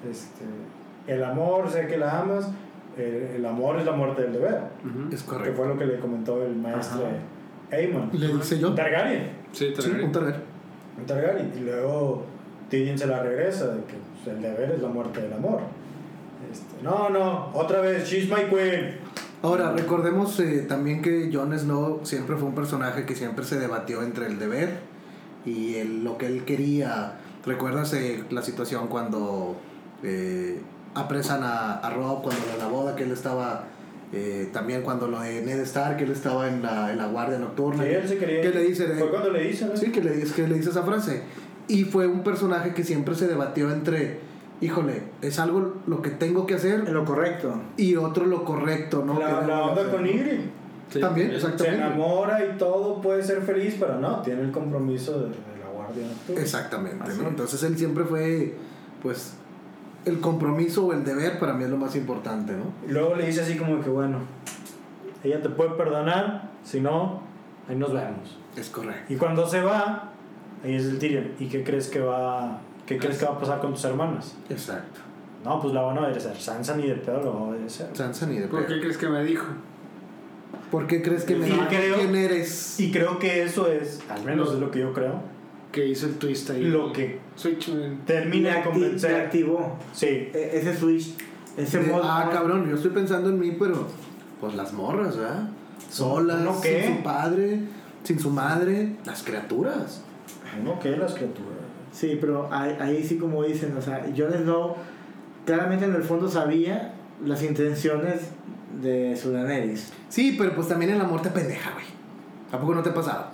S2: este, el amor, sé que la amas, eh, el amor es la muerte del deber,
S3: Ujú.
S4: Es
S2: que
S4: correcto.
S2: fue lo que le comentó el maestro Aemon.
S4: Le dice yo.
S2: Targaryen.
S3: Sí,
S4: Sí,
S3: Targaryen.
S4: un Targaryen.
S2: Un Targaryen. Y luego Tyrion se la regresa de que pues, el deber es la muerte del amor. Este, no, no, otra vez, she's my queen.
S4: Ahora, recordemos eh, también que Jon Snow siempre fue un personaje que siempre se debatió entre el deber y el- lo que él quería. ¿Recuerdas eh, la situación cuando eh, apresan a, a Rob, cuando lo de la boda, que él estaba... eh, también cuando lo de Ned Stark, que él estaba en la, en la guardia nocturna.
S2: Sí, él se quería-
S4: ¿Qué le dice? de-
S2: Fue cuando le dice, ¿no?
S4: Sí, que le, es que le dice esa frase. Y fue un personaje que siempre se debatió entre, híjole, es algo lo que tengo que
S5: En
S4: hacer
S5: lo correcto.
S4: y otro lo correcto, ¿no? Que
S2: la,
S4: debo
S2: la
S4: de
S2: onda
S4: hacer,
S2: con
S4: ¿no?
S2: Ygritte.
S3: Sí.
S4: También,
S2: Se
S4: exactamente.
S2: enamora y todo, puede ser feliz, pero no, tiene el compromiso de, de la guardia nocturna.
S4: Exactamente,
S2: Así
S4: ¿no?
S2: es.
S4: Entonces él siempre fue, pues, el compromiso o el deber para mí es lo más importante, ¿no?
S2: Y luego le dice así como que, bueno, ella te puede perdonar, si no, ahí nos vemos.
S4: Es correcto.
S2: Y cuando se va, ahí es el Tyrion. ¿Y qué crees que va, qué crees que va a pasar con tus hermanas?
S4: Exacto.
S2: No, pues la van a obedecer. Sansa ni de pedo lo va a obedecer.
S4: Sansa ni de
S3: ¿Por
S4: pedo.
S3: qué crees que me dijo?
S4: ¿Por qué crees que me
S2: Y
S4: dijo
S2: creo-
S4: quién eres?
S2: Y creo que eso es, al menos es lo que yo creo,
S3: Que hizo el twist ahí.
S2: lo que
S3: Switch, man.
S2: termina de
S5: acti-
S2: convencer.
S5: le activó
S2: Sí.
S5: e- ese switch, ese
S4: De-
S5: modo.
S4: ah, cabrón, yo estoy pensando en mí, pero pues las morras, ¿verdad? Solas,
S2: ¿Uno qué?
S4: sin su padre, sin su madre, las criaturas.
S2: No, que las criaturas.
S5: Sí, pero ahí, ahí sí como dicen, o sea, Jon Snow claramente en el fondo sabía las intenciones de su Daenerys.
S4: Sí, pero pues también el amor te pendeja, güey. ¿A poco no te ha pasado?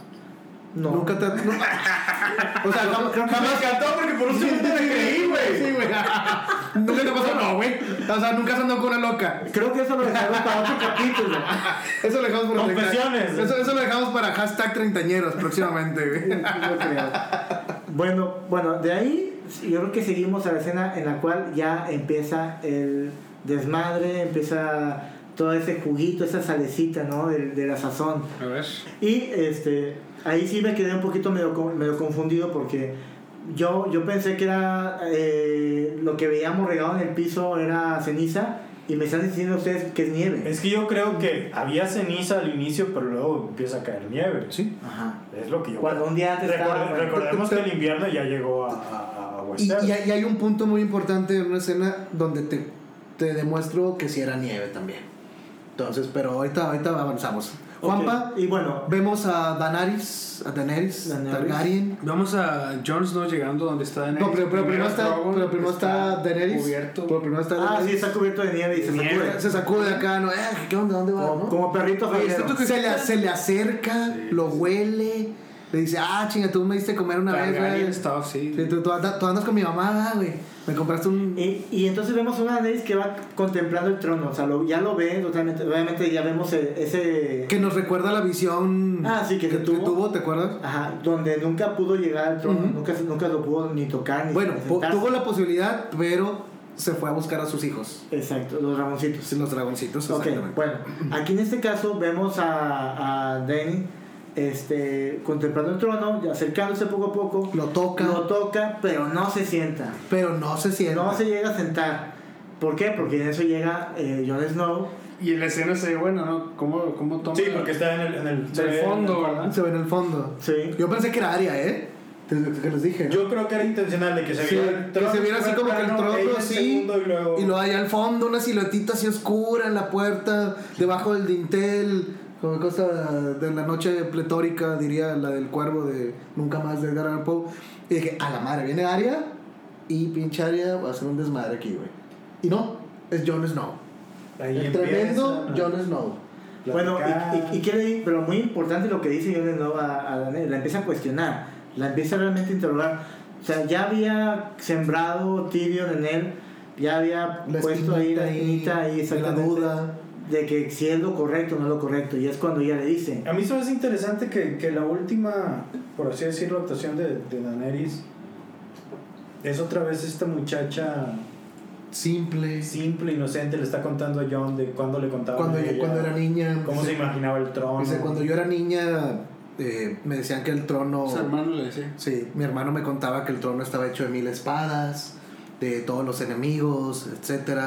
S5: No.
S4: Nunca te ha... no-
S2: <laughs>
S4: O sea, jam- jamás...
S2: encantó porque por un segundo me creí,
S4: Sí, güey. Nunca te pasó, <laughs> no, güey. O sea, nunca has andado con una loca.
S5: Creo que eso lo dejaron para otro <laughs> capítulo.
S4: Eso lo dejamos para
S2: Confesiones.
S4: treinta- Eso, eso lo dejamos para hashtag treintañeros próximamente, güey.
S5: No creo. <laughs> Bueno, bueno, de ahí yo creo que seguimos a la escena en la cual ya empieza el desmadre, empieza todo ese juguito, esa salecita, ¿no? De, de la sazón.
S3: A ver.
S5: Y este, ahí sí me quedé un poquito medio, con- medio confundido porque yo, yo pensé que era eh, lo que veíamos regado en el piso era ceniza y me están diciendo ustedes que es nieve.
S2: Es que yo creo que había ceniza al inicio, pero luego empieza a caer nieve.
S4: Sí.
S5: Ajá.
S2: Es lo que yo
S5: Cuando
S2: creo.
S5: un día antes
S2: Recuerde-
S5: estaba-
S2: recordemos que el invierno ya llegó a, a, a
S4: Y,
S2: Westeros.
S4: y hay y hay un punto muy importante en una escena donde te, te demuestro que si era nieve también. Entonces, pero ahorita, ahorita avanzamos. Juanpa,
S5: Ok, Y bueno,
S4: vemos a Danaris, a Daenerys,
S5: Daenerys.
S4: Targaryen.
S3: Vamos a Jon Snow llegando donde está Daenerys.
S4: No, pero, pero primero está,
S3: Drogon
S4: pero primero está Daenerys.
S3: Cubierto.
S4: Pero primero está
S5: ah, sí,
S4: Daenerys.
S5: está cubierto de nieve y se
S3: Nieve.
S5: sacude.
S4: Se sacude acá, ¿no? Eh, ¿Qué onda? ¿Dónde va?
S5: Como,
S4: no?
S5: como perrito
S4: Oye,
S5: fallero.
S4: ¿está tu se, le, se le acerca,
S3: Sí.
S4: lo huele, le dice, ah, chinga, tú me diste comer una vez,
S3: Targaryen
S4: güey.
S3: está, sí.
S4: Sí, tú, tú andas, tú andas con mi mamá, ah, güey. Me compraste un...
S5: Y, y entonces vemos una Daenerys que va contemplando el trono, o sea, lo- ya lo ve totalmente, obviamente ya vemos e- ese...
S4: Que nos recuerda la visión
S5: Ah, sí, que tuvo.
S4: ¿te acuerdas?
S5: Ajá, donde nunca pudo llegar al trono,
S4: Ujú.
S5: nunca, se- nunca lo pudo ni tocar ni
S4: Bueno,
S5: ni
S4: po-
S5: sentarse.
S4: tuvo la posibilidad, pero se fue a buscar a sus hijos.
S5: Exacto, los ramoncitos.
S4: Sí, Los dragoncitos,
S5: Ok,
S4: exactamente.
S5: bueno, aquí en este caso vemos a, a Danny este, contemplando el trono, y acercándose poco a poco,
S4: Lo toca,
S5: lo toca, pero no se sienta,
S4: pero no se siente.
S5: no se llega a sentar. ¿Por qué? Porque en eso llega eh, Jon Snow,
S3: Y en la escena se ve bueno, ¿no? ¿Cómo, cómo toma?
S2: Sí, porque está en el, en el,
S3: Del fondo, ¿verdad?
S4: Se ve en el fondo.
S5: sí,
S4: Yo pensé que era Aria, ¿eh? Te- que les dije.
S2: Yo creo que era intencional de que se
S4: Sí,
S2: viera el
S4: que
S2: trono.
S4: se viera así como que el
S2: plano,
S4: trono
S2: ella en
S4: así
S2: segundo Y luego.
S4: y lo hay al fondo una siluetita así oscura en la puerta debajo del dintel como cosa de la noche pletórica diría la del cuervo de nunca más de Edgar Allan Poe y dije a la madre viene Aria y pinche Aria va a hacer un desmadre aquí güey y no es Jon Snow
S2: Ahí
S4: el
S2: empieza,
S4: tremendo
S2: ¿no?
S4: Jon Snow
S5: Bueno,
S2: Platicar.
S5: y, y, y quiere ir, pero muy importante lo que dice Jon Snow a, a Daenerys, la empieza a cuestionar, la empieza realmente a interrogar. O sea, ya había sembrado Tyrion en él, ya había
S4: La
S5: puesto ahí la
S4: espinita
S5: espinita ahí,
S4: de la
S5: exactamente,
S4: duda
S5: de que si es lo correcto o no es lo correcto, y es cuando ella le dice.
S2: A mí se me hace interesante que, que la última, por así decirlo, actuación de, de Daenerys es otra vez esta muchacha
S4: simple
S2: simple, inocente, le está contando a John de cuando le contaba.
S4: cuando,
S2: a
S4: yo-
S2: ella,
S4: cuando era niña
S2: Cómo se imaginaba el trono.
S4: dice, cuando yo era niña eh, me decían que el trono
S3: Su hermano le decía.
S4: Sí, mi hermano me contaba que el trono estaba hecho de mil espadas, de todos los enemigos, etc.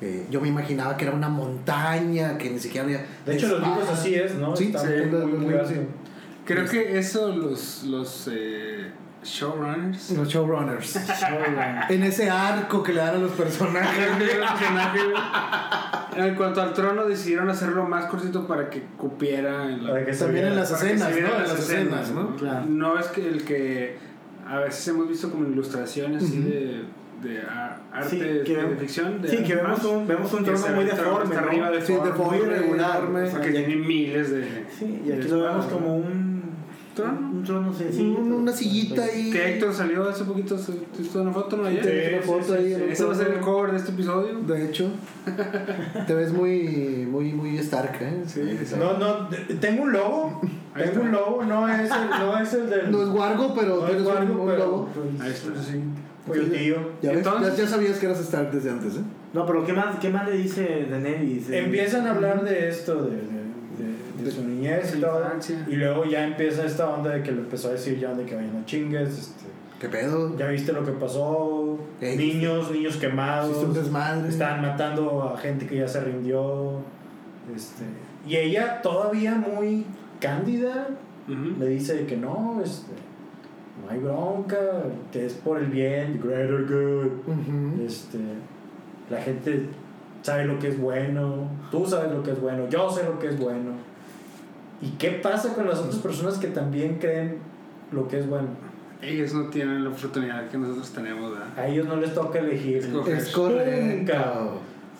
S4: Eh, yo me imaginaba que era una montaña, que ni siquiera había...
S2: De hecho, los libros
S4: espadas.
S2: así es, ¿no?
S4: Sí,
S2: Está
S4: sí,
S2: muy-
S4: los-
S2: muy
S4: los
S2: claro.
S4: libros, sí.
S3: Creo que eso los, los eh, showrunners. <laughs>
S2: <laughs>
S4: Los showrunners. en ese arco que le dan a los personajes.
S3: El personaje, en cuanto al trono, decidieron hacerlo más cortito para que cupiera en la.
S2: Para que se
S4: También en
S2: viera.
S4: las
S3: para que se
S4: escenas, ¿no?
S3: vieran
S4: En las escenas, ¿no?
S5: Claro.
S3: No es que el que a veces hemos visto como ilustraciones así de, de a- arte
S5: Sí,
S3: de,
S5: que-
S3: de ficción. de
S5: Sí, que
S3: arte
S5: vemos
S3: más,
S5: un, vemos un
S3: que
S5: trono
S3: se ve
S5: muy
S3: el trono
S5: deforme,
S3: hasta
S5: ¿no?
S3: arriba de
S4: Sí,
S3: forma,
S4: deforme,
S5: muy irregular.
S4: deforme.
S3: o sea, que tiene miles de.
S5: Sí, y
S3: de
S5: aquí lo
S3: espadas, ¿no?
S5: vemos como un
S3: Trono.
S5: un trono sencillo.
S4: Un- Una sillita ahí.
S3: Que Héctor salió hace poquito, se- te hizo una foto, ¿no? Ayer.
S4: Te ves la foto ahí en un
S3: Ese va a ser el
S4: trono.
S3: cover de este episodio.
S4: De hecho, te ves muy, muy, muy Stark, ¿eh? Sí,
S2: No, no, de- tengo un lobo.
S3: Ahí
S2: Tengo
S3: está.
S2: un lobo, no es el, no es el del.
S4: No es Wargo, pero
S2: no
S4: eres
S2: es
S4: un-
S2: guargo,
S4: un
S2: pero.
S4: lobo.
S2: pues,
S3: Ahí está.
S2: Sí. Oye, tío.
S4: Ya, ves,
S3: Entonces-
S4: ya- ya sabías que eras Stark desde antes, ¿eh?
S5: No, pero ¿qué más, qué más le dice Daenerys? Eh,
S2: Empiezan a hablar de esto, de, de- de- de su niñez y
S3: su
S2: todo.
S3: infancia.
S2: Y luego ya empieza esta onda de que le empezó a decir ya de que vayan a chingues. Este,
S4: ¿Qué pedo?
S2: ya viste lo que pasó.
S4: Ey.
S2: niños, niños quemados.
S4: Hiciste un desmadre.
S2: Estaban matando a gente que ya se rindió. Este, y ella todavía muy cándida
S3: Ujú.
S2: le dice que no, este, no hay bronca, que es por el bien, the greater good.
S4: Ujú.
S2: Este, la gente sabe lo que es bueno, tú sabes lo que es bueno, yo sé lo que es bueno. ¿Y qué pasa con las otras personas que también creen lo que es bueno?
S3: Ellos no tienen la oportunidad que nosotros tenemos, ¿verdad?
S2: A ellos no les toca elegir.
S3: Escoger.
S4: Es correcto.
S2: Nunca.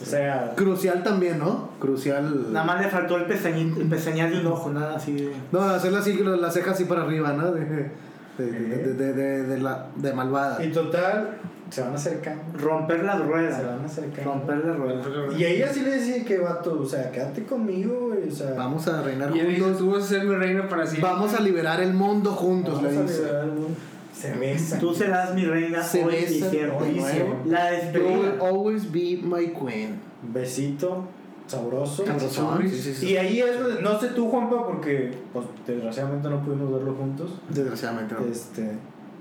S2: O sea,
S4: Crucial también, ¿no? Crucial.
S5: Nada más le faltó el pestañi- el pestañear de un ojo, nada así de...
S4: No, hacer las la cejas así para arriba, ¿no? De, de, de- de- de- de- de la, de malvada.
S2: Eh. y total, se van acercando.
S5: Romper las
S2: Se
S5: ruedas.
S2: van acercando.
S5: Romper las ruedas.
S2: Y ella sí le decía que vato, o sea, quédate conmigo, güey, o sea,
S4: Vamos a reinar
S3: Y él dice,
S4: juntos.
S3: tú vas a ser mi reina para siempre.
S4: Vamos a liberar el mundo juntos,
S2: vamos
S4: le
S2: a
S4: dice.
S2: liberar al mundo. Se besan.
S5: Tú serás mi reina
S4: Se
S5: hoy y
S4: besan
S5: siempre.
S2: hoy y
S5: ¿no?
S2: siempre.
S5: La
S4: You will
S5: despedida.
S4: always be my queen.
S2: Besito, sabroso.
S4: Sabrosón, sí, sí, sí.
S2: Y ahí es donde- no sé tú, Juanpa, porque pues, desgraciadamente no pudimos verlo juntos.
S4: Desgraciadamente no.
S2: Este,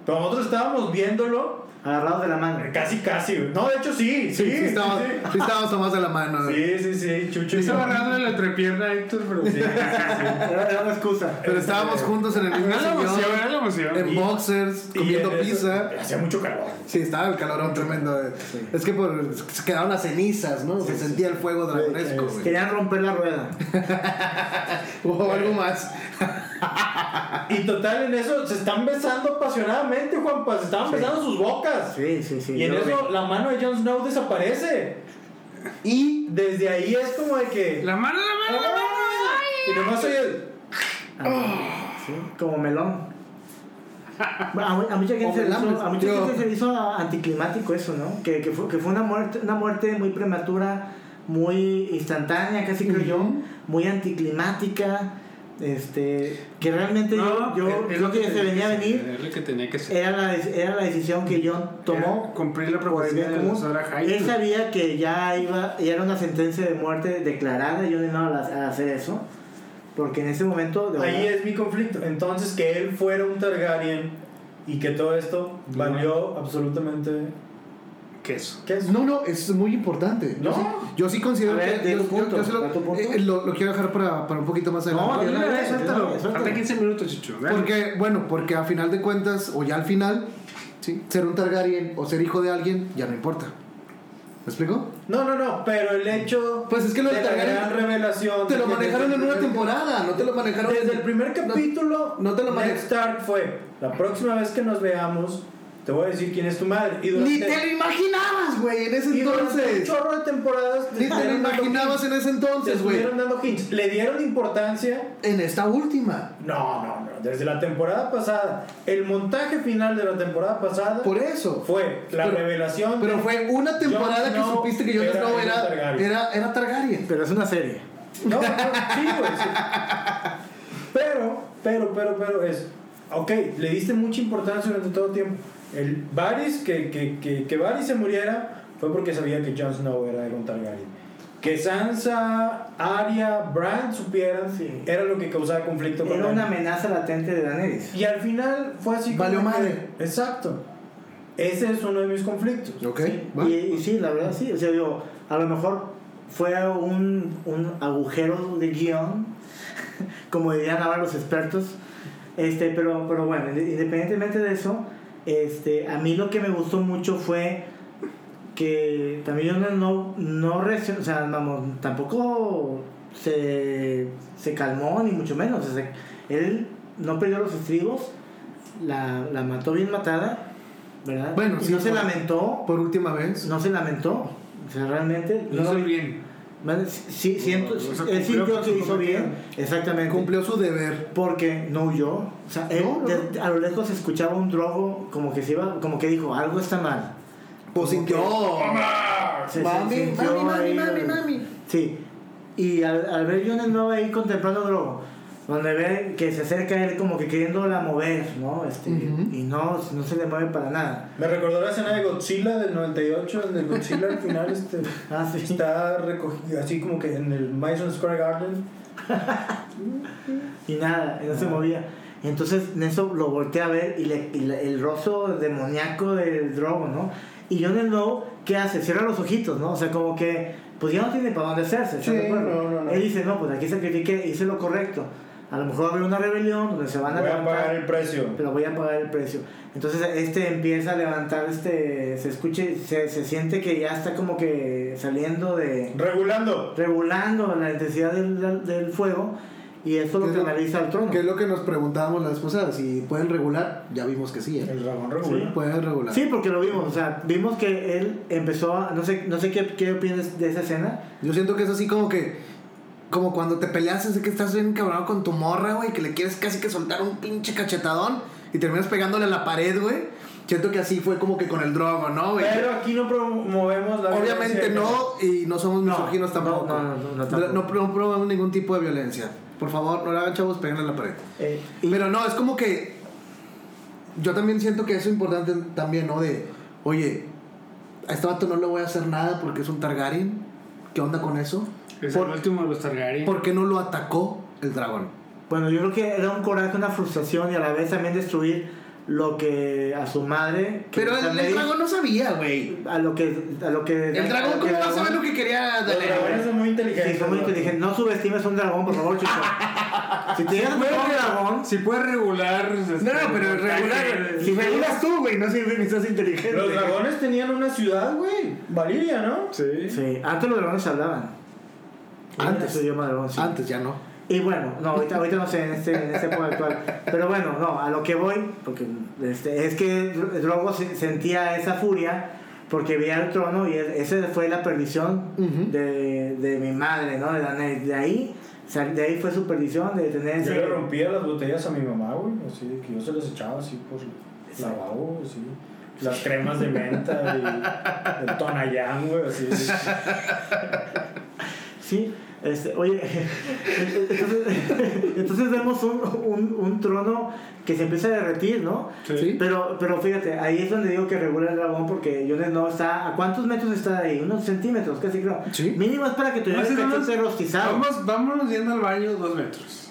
S2: pero nosotros estábamos viéndolo
S5: Agarrados de la
S4: <laughs>
S5: mano.
S2: casi, casi. güey. No, de hecho sí, sí,
S4: Sí, sí, estábamos, sí estábamos tomados de la mano.
S2: sí, sí, sí, sí, Chucho.
S3: Le
S2: y yo.
S3: estaba agarrando la entrepierna a Héctor, pero.
S4: <laughs>
S2: Sí, sí, sí.
S5: Era, era una excusa.
S4: Pero
S5: Eh,
S4: estábamos juntos en el mismo
S3: Era la emoción,
S4: sillón,
S3: era la emoción.
S4: en boxers, comiendo
S2: Y en eso-
S4: pizza.
S2: Hacía mucho calor.
S4: Sí, estaba el calorón tremendo. eh. Es que por, se quedaron las cenizas, ¿no? se sentía el fuego dragonesco, güey.
S5: Querían romper la rueda.
S4: O algo más. Ah.
S2: Y total, en eso se están besando apasionadamente, Juanpa. Se estaban besando sus bocas.
S5: Sí, sí, sí.
S2: y en
S5: yo lo
S2: eso la mano de Jon Snow desaparece. Y desde ahí es como de que.
S3: La mano, la mano, la mano.
S2: Y nomás oye. el-
S5: vi. Ah, sí, Como melón. Bueno, A, mu- a mucha gente,
S4: Como
S5: se le
S4: melambres,
S5: hizo, a mucha
S4: yo.
S5: gente se le hizo a- anticlimático eso, ¿no? Que, que fue, que fue una, muerte, una muerte muy prematura, muy instantánea, casi creo yo, muy anticlimática. Este, que realmente yo, yo
S3: es- es
S5: creo
S3: lo
S5: que, se
S3: tenía
S5: venía a
S3: que ser,
S5: venir.
S3: Es lo que tenía que ser.
S5: Era la, era la decisión que John tomó.
S3: Era Cumplir la
S5: Pues,
S3: propuesta de
S5: ¿cómo?
S3: la Sara
S5: Él
S3: Hyde.
S5: sabía que ya iba, ya era una sentencia de muerte declarada y yo no iba a hacer eso. Porque en ese momento, de
S2: Ahí
S5: verdad,
S2: es mi conflicto. Entonces, que él fuera un Targaryen y que todo esto valió absolutamente
S3: queso.
S2: ¿Qué es?
S4: No, no, es muy importante.
S2: No.
S4: Yo sí, yo sí considero
S5: A ver,
S4: que.
S5: di
S4: Yo,
S5: tu
S4: yo-
S5: punto,
S4: yo se lo,
S5: da tu punto.
S4: eh, lo- lo quiero dejar para, para un poquito más adelante.
S5: No,
S3: No, de una vez, suéltalo.
S5: suéltalo.
S3: Falta 15 minutos, chicho. dale.
S4: Porque, bueno, porque a final de cuentas, o ya al final, ¿sí? ser un Targaryen o ser hijo de alguien ya no importa. ¿Me explico?
S2: No, no, no, pero el hecho.
S4: Pues es que lo
S2: de
S4: del
S2: la
S4: Targaryen
S2: gran revelación.
S4: Te
S2: de
S4: lo
S2: que
S4: manejaron
S2: desde
S4: en
S2: el
S4: una
S2: primer-
S4: temporada, no te lo manejaron
S2: Desde
S4: en-
S2: el primer
S4: no-
S2: capítulo,
S4: no te lo
S2: Ned
S4: manejas.
S2: Stark fue: La próxima vez que nos veamos, te voy a decir quién es tu madre. Y
S4: Ni te lo imaginabas, güey, en ese
S2: y durante un
S4: entonces.
S2: chorro de temporadas.
S4: Ni te lo
S2: estuvieron dando
S4: imaginabas
S2: hints.
S4: en ese
S2: Te
S4: entonces, güey.
S2: estuvieron dando hints. Le dieron importancia
S4: En esta última.
S2: No, no, no. Desde la temporada pasada, el montaje final de la temporada pasada
S4: Por eso.
S2: fue la
S4: Pero-
S2: revelación.
S4: Pero
S2: de-
S4: fue una temporada
S2: Jon
S4: que
S2: Snow
S4: supiste que Jon
S2: era-
S4: Snow
S2: era
S4: era,
S2: Targaryen.
S4: era, era Targaryen.
S5: Pero es una serie.
S2: <laughs> No, no, sí, güey. sí. Pero, pero, pero, pero es. Ok, le diste mucha importancia durante todo el tiempo. El Varys, que, que, que, que Varys se muriera, fue porque sabía que Jon Snow era de Targaryen. Que Sansa, Arya, Bran supieran
S5: Sí.
S2: era lo que causaba conflicto con
S5: Era
S2: Dany.
S5: una amenaza latente de Daenerys.
S2: Y al final fue así. como
S4: Valió
S2: que-
S4: madre.
S2: Exacto. Ese es uno de mis conflictos.
S4: Ok,
S5: Sí,
S4: va.
S5: Y, y sí, la verdad sí. O sea, digo, a lo mejor fue un, un agujero de guión, <laughs> como dirían ahora los expertos. Este, pero, pero bueno, inde- independientemente de eso, este, a mí lo que me gustó mucho fue que también Jon Snow no reaccionó, o sea, vamos, tampoco se, se calmó, ni mucho menos. O sea, él no perdió los estribos, la, la mató bien matada, ¿verdad?
S4: Bueno,
S5: y
S4: sí,
S5: no se
S4: por-
S5: lamentó,
S4: Por última vez.
S5: no se lamentó. O sea, realmente.
S3: Lo hizo
S5: no-
S3: bien.
S5: más- sí, siento,
S3: O sea,
S5: él
S3: cumplió
S5: sintió
S3: con
S5: que
S3: su
S5: hizo bien. Exactamente.
S4: Cumplió su deber.
S5: Porque no huyó. O sea, él
S4: No, no,
S5: de- a lo lejos escuchaba un drogo como que se iba, como que dijo, algo está mal.
S4: O sintió.
S5: Se- se
S4: Ah, Mami,
S5: sintió
S4: mami, mami,
S5: ahí-
S4: mami, mami.
S5: Sí. Y al, al ver Jon Snow ahí contemplando drogo, donde ve que se acerca a él como que queriéndola mover, ¿no? Este,
S4: Ujú.
S5: Y no, no se le mueve para nada.
S2: Me recordó la escena de Godzilla del 98, donde Godzilla al final este,
S5: Ah, sí.
S2: está recogido, así como que en el Madison Square Garden.
S5: y nada, y no se movía. Y entonces en eso lo volteé a ver y, le- y le- el rostro demoníaco del drogo, ¿no? Y Jon Snow, ¿qué hace? Cierra los ojitos, ¿no? O sea, como que, pues ya no tiene para dónde hacerse. ¿estás
S2: Sí,
S5: de acuerdo?
S2: no, no, no.
S5: Él dice, no, pues aquí sacrifiqué, hice lo correcto. A lo mejor va a haber una rebelión donde se van a
S2: Voy a
S5: levantar
S2: pagar el precio.
S5: pero voy a pagar el precio. Entonces este empieza a levantar, este, se escucha, y se, se siente que ya está como que saliendo de,
S2: Regulando.
S5: regulando la intensidad del, del- del fuego y eso lo
S4: ¿Qué es lo-
S5: canaliza al trono.
S4: Que es lo que nos preguntábamos las cosas. Si pueden regular, ya vimos que sí, ¿eh?
S2: El dragón regula.
S4: Pueden regular.
S5: Sí, porque lo vimos, o sea, vimos que él empezó a, no sé, no sé qué, qué opinas de esa escena.
S4: Yo siento que es así como que. Como cuando te peleas, es de que estás bien cabrón con tu morra, güey, que le quieres casi que soltar un pinche cachetadón y terminas pegándole a la pared, güey. Siento que así fue como que con el drogo, ¿no,
S5: Pues,
S4: güey?
S2: Pero aquí no promovemos la
S4: Obviamente
S2: violencia.
S4: no, y no somos
S5: No,
S4: misóginos
S5: no,
S4: tampoco.
S5: no, no, no, no, tampoco.
S4: no probamos ningún tipo de violencia. Por favor, no le hagan chavos, peguen a la pared.
S5: eh, y-
S4: Pero no, es como que. Yo también siento que eso es importante también, ¿no? De, oye, a este vato no le voy a hacer nada porque es un Targaryen. ¿Qué onda con eso?
S3: Es
S4: Por-
S3: el último de los Targaryen.
S4: ¿Por qué no lo atacó el dragón?
S5: bueno, yo creo que era un coraje, una frustración y a la vez también destruir lo que a su madre... que
S4: Pero el,
S5: Daenerys-
S4: el dragón no sabía, güey.
S5: A lo que... A lo que
S4: El dragón, ¿cómo va a saber lo que quería
S2: Los
S4: Daenerys?
S2: dragones son muy inteligentes.
S5: Sí, son muy inteligentes. No subestimes un dragón, por favor, chico. si te llegas a
S3: Bueno,
S5: tomar un dragón...
S3: Si puedes regular. este,
S4: No, no, pero regular. Si regulas tú, güey, no sirve ni sos inteligente.
S2: Los dragones tenían una ciudad, güey. Valiria, ¿no?
S3: Sí.
S5: Sí, antes los dragones hablaban.
S4: Antes.
S5: Su idioma dragón, sí.
S4: Antes ya no.
S5: Y bueno, no, ahorita, ahorita no sé, en este, en este época actual. Pero bueno, no, a lo que voy, porque este, es que Dro- Drogo se- sentía esa furia porque veía el trono y e- esa fue la perdición
S4: Ujú.
S5: de, de mi madre, ¿no? De, Daenerys. de ahí, sal- de ahí fue su perdición de tener
S2: Yo
S5: ese...
S2: le rompía las botellas a mi mamá, güey. Así de que yo se las echaba así por lavabo, así. Las cremas de menta y el tonayán, güey, así.
S5: Sí, este, oye, <laughs> entonces, <laughs> entonces vemos un, un, un trono que se empieza a derretir, ¿no?
S4: Sí.
S5: Pero, pero fíjate, ahí es donde digo que regula el dragón porque Jon no está. ¿A cuántos metros está de ahí? Unos centímetros, casi creo.
S4: Sí.
S5: Mínimo es para que te lleves
S3: Así nomás,
S5: cachete rostizado.
S3: Vamos, vámonos yendo al baño dos metros.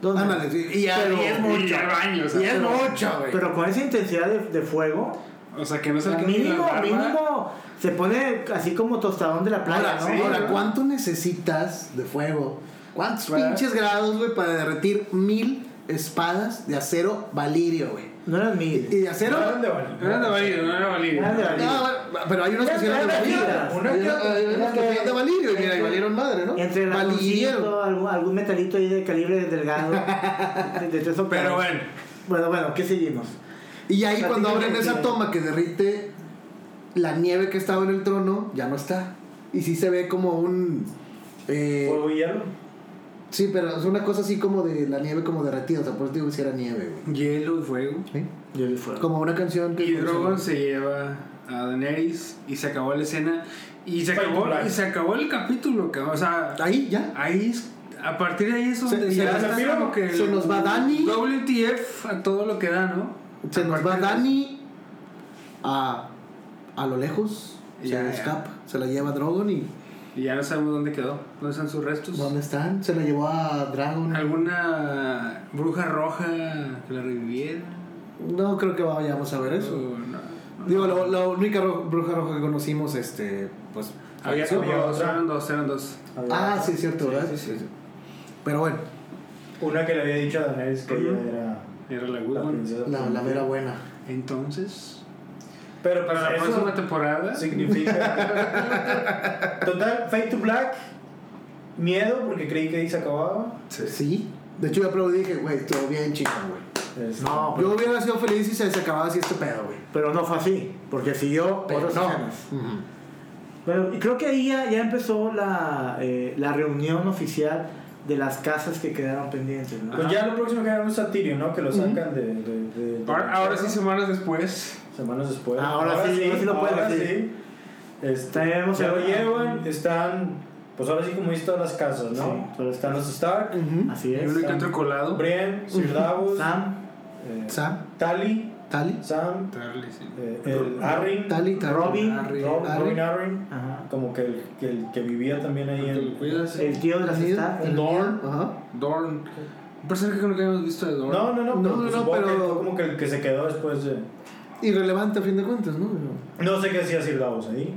S5: ¿Dónde?
S4: Ándale, sí. Y, ya-
S5: Pero-
S4: y es
S3: Y
S4: mucho.
S3: al baño, o sea,
S4: Y es
S5: pero-
S4: mucho, güey.
S5: Pero con esa intensidad de, de fuego,
S3: O sea, que no es el
S5: Al
S3: que
S5: mínimo,
S3: barba.
S5: mínimo. Se pone así como tostadón de la playa,
S4: Ahora,
S5: ¿no?
S4: ahora, ¿cuánto necesitas de fuego? ¿Cuántos
S5: ¿Verdad?
S4: pinches grados, güey, para derretir mil espadas de acero valirio, güey?
S5: No eran
S4: Y
S5: mil.
S4: de acero.
S2: ¿Eran de
S3: No era de
S2: Valirio?
S3: Valirio, no era de Valirio.
S5: Eran de
S4: No,
S5: Valirio.
S4: bueno, pero hay unos que sí eran de
S5: Una
S4: valirio.
S5: que otra.
S4: Hay unos- hay unos que sí eran de valirio y mira, y valieron madre, ¿no?
S5: Entre el
S4: Valirio.
S5: ratoncito, algún, algún metalito ahí de calibre
S3: <laughs>
S5: delgado. de, de tres octavos.
S3: Pero bueno,
S5: Bueno, bueno, ¿qué seguimos?
S4: Y ahí cuando abren
S5: Prácticamente.
S4: esa toma que derrite la nieve que estaba en el trono, ya no está. Y sí se ve como un. eh,
S2: ¿Fuego y hielo?
S4: sí, pero es una cosa así como de la nieve como derretida. O sea, por eso digo que sí era nieve, güey.
S3: hielo y fuego.
S4: ¿Sí?
S5: Yo vi fuego.
S4: Como una canción que.
S3: Y Drogon se lleva a Daenerys y se acabó la escena. Y se
S2: Fight
S3: acabó,
S2: to black.
S3: y se acabó el capítulo, cabrón. O sea,
S4: Ahí, ya.
S3: ahí es- A partir de ahí es donde
S4: se nos-
S3: está como que
S4: se nos va Dani.
S3: WTF a todo lo que da, ¿no?
S4: Se
S3: A
S4: nos va
S3: partir de-
S4: Dani a, a lo lejos.
S3: Ya, ya.
S4: Se escapa. Se la lleva Drogon y.
S3: Y ya no sabemos dónde quedó. ¿Dónde están sus restos?
S4: ¿Dónde están? Se la llevó a Dragon.
S3: ¿Alguna bruja roja que la reviviera?
S4: No creo que vayamos a ver eso.
S3: O Uh, no, no.
S4: Digo, la, la única ro- bruja roja que conocimos, este, pues...
S3: Había,
S2: Sí,
S3: había
S2: había
S3: dos,
S2: otra.
S3: Ah, eran dos, eran dos.
S4: Ah, sí, es cierto, ¿verdad?
S3: sí, sí, sí.
S4: Pero bueno,
S2: Una que le había dicho a Daenerys que ella era
S3: Era la
S2: la
S3: Woodman.
S2: princesa.
S4: la, la mera buena.
S3: Entonces,
S2: Pero pues,
S3: para la
S2: eso
S3: próxima temporada,
S2: significa... Total, Fade to Black, miedo porque creí que ahí se acababa.
S4: Sí. De hecho, yo aplaudí y dije, güey, estuvo bien chico, güey.
S2: Este,
S5: No, pero,
S4: Yo hubiera sido feliz si se se acababa así este pedo, güey.
S5: pero no fue así. Porque siguió
S4: Pero
S5: otras
S4: no.
S5: escenas.
S4: Ujú.
S5: Bueno, y creo que ahí ya, ya empezó la, eh, la reunión oficial de las casas que quedaron pendientes, ¿no?
S2: Pues ya lo próximo que era un satirio, ¿no? Que lo sacan de... de- de- de-
S3: ahora, ahora sí, semanas después,
S2: Semanas después.
S5: Ah, Ahora sí, ahora sí lo puedes
S2: ahora
S5: decir.
S2: sí. Este,
S5: Tenemos
S2: ya lo
S5: el-
S2: llevan, están... Pues ahora sí como viste todas las casas, ¿no?
S5: Sí.
S2: Pero están los Stark,
S4: Ujú.
S5: Así
S3: hay
S5: es.
S3: un encuentro colado.
S2: Brienne, Sir Davos,
S5: Sam,
S2: eh,
S4: Sam,
S2: Tali,
S4: Tali,
S2: Sam,
S3: Darle, sí.
S2: eh, el Arryn,
S4: Tali, Tali.
S5: Robin,
S4: Arry,
S2: Rob-
S4: Arry.
S2: Robin Arryn,
S5: ajá,
S2: como que el que, el que vivía también ahí
S3: Te lo
S2: en...
S3: cuidas.
S5: el tío de las
S4: Tenido,
S5: Stark.
S4: tenido.
S2: Dorn.
S4: Ajá.
S3: Dorn. Un personaje que nunca habíamos visto de Dorn.
S2: No, no, no,
S4: No,
S2: pero,
S4: no,
S2: pues,
S4: no,
S2: supongo que
S4: pero-
S2: fue como que el que se quedó después de...
S4: Irrelevante a fin de cuentas, ¿no?
S2: No sé qué hacía Sir Davos ahí.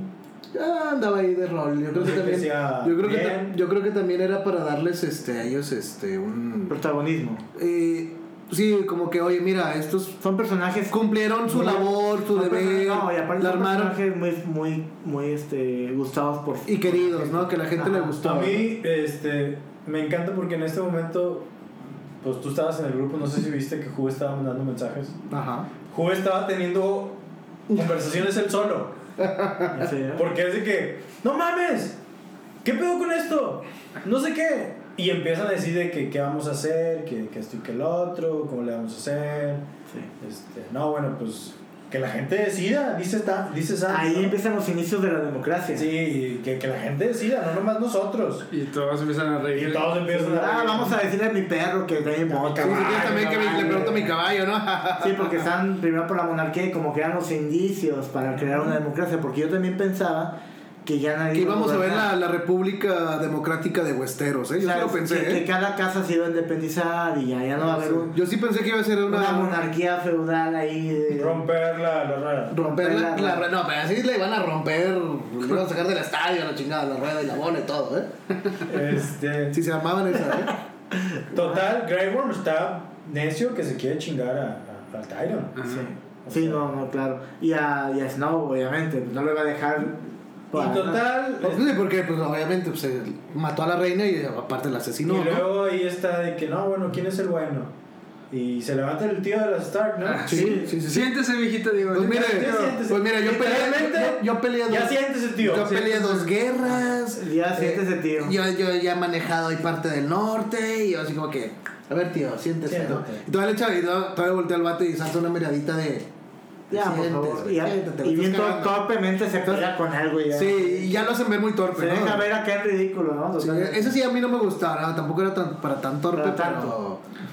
S4: Ya andaba ahí de rol. Yo creo que
S2: Yo
S4: también...
S2: decía,
S4: Yo creo que,
S2: bien.
S4: ta- yo creo que también era para darles este, a ellos este, un...
S5: Protagonismo.
S4: Eh, sí, como que, oye, mira, estos
S5: Son personajes
S4: cumplieron su
S5: Muy-
S4: labor, su
S5: son
S4: deber,
S5: personajes- No, y aparte
S4: la
S5: son
S4: armaron
S5: personajes muy, muy, muy este, gustados por.
S4: y queridos, ¿no? Que la gente le
S5: Ajá.
S4: gustó.
S2: A mí, este, me encanta porque en este momento, pues tú estabas en el grupo, no sé si viste que Juve estaba mandando mensajes.
S4: Ajá.
S2: Juve estaba teniendo conversaciones él solo,
S5: En serio.
S2: porque es de que, no mames, ¿qué pedo con esto? No sé qué. Y empiezan a decir de que qué vamos a hacer, que, que esto y que el otro, cómo le vamos a hacer.
S5: Sí.
S2: Este, no, bueno, pues que la gente decida, dice, ta- dice Sanz,
S5: Ahí
S2: ¿no?
S5: empiezan los inicios de la democracia.
S2: Sí, que, que la gente decida, no nomás nosotros.
S3: Y todos empiezan a
S2: Y
S3: reír.
S2: todos empiezan a...
S5: Ah, vamos a decirle a mi perro que trae moto.
S4: Sí, sí, yo también que me- le pregunto a mi caballo, ¿no? <laughs>
S5: Sí, porque están primero por la monarquía y como que eran los indicios para crear una democracia. Porque yo también pensaba que ya nadie.
S4: que
S5: iba
S4: íbamos a ver la,
S5: gobernar.
S4: la República Democrática de Westeros, ¿eh? Yo
S5: O sea,
S4: sí lo pensé,
S5: que, que
S4: ¿eh?
S5: cada casa se iba a independizar y ya, ya no va a haber un-
S4: Yo sí pensé que iba a ser una...
S5: una monarquía feudal ahí. de-
S2: Romper la, la rara.
S4: Romper la,
S5: romper la-
S4: la- No, pero así le iban a romper, le iban a sacar del estadio, la chingada, la rueda y la bola y todo, ¿eh?
S2: Este,
S4: Si se amaban esa, ¿eh?
S2: <laughs> total, Grey Worm está necio que se quiere chingar a, a, a Tyrion.
S3: Ajá.
S5: Sí, sí, no, no, claro. Y a, y a Snow, obviamente, pues, no lo iba a dejar. para
S2: Y total, este,
S4: Pues, sí, porque, pues, obviamente, pues, eh, mató a la reina y aparte la asesinó,
S2: y
S4: ¿no?
S2: luego ahí está de que no, bueno, ¿quién es el bueno? Y se levanta el tío de la Stark, ¿no?
S4: Sí, sí, sí. sí.
S3: Siéntese, viejito, digo.
S4: Pues mire,
S2: Ya siéntese.
S4: pues mira, yo peleé,
S2: Literalmente,
S4: yo, yo peleé dos,
S2: Ya sientes el tío.
S4: yo
S2: Sí.
S4: peleé dos guerras. eh,
S5: Ya siéntese, tío.
S4: Yo, yo ya he manejado ahí parte del norte y yo así como que, a ver tío, siéntese, ¿no?
S2: Siéntate.
S4: Y todavía le echa, y todavía todavía voltea al vato y salta una miradita de...
S5: Ya, por
S4: siéntese,
S5: favor.
S4: güey,
S5: Y, ya-
S4: siéntate,
S5: y
S4: lo
S5: bien
S4: estás
S5: to-
S4: cagando.
S5: torpemente se pega con algo ya.
S4: Sí, y ya lo hacen ver muy torpe,
S5: Se
S4: ¿no?
S5: deja ver acá en ridículo, ¿no?
S4: Sí,
S5: Totalmente.
S4: eso sí a mí no me gustaba, ¿no? tampoco era tan, para tan torpe,
S5: Para tanto.
S4: pero...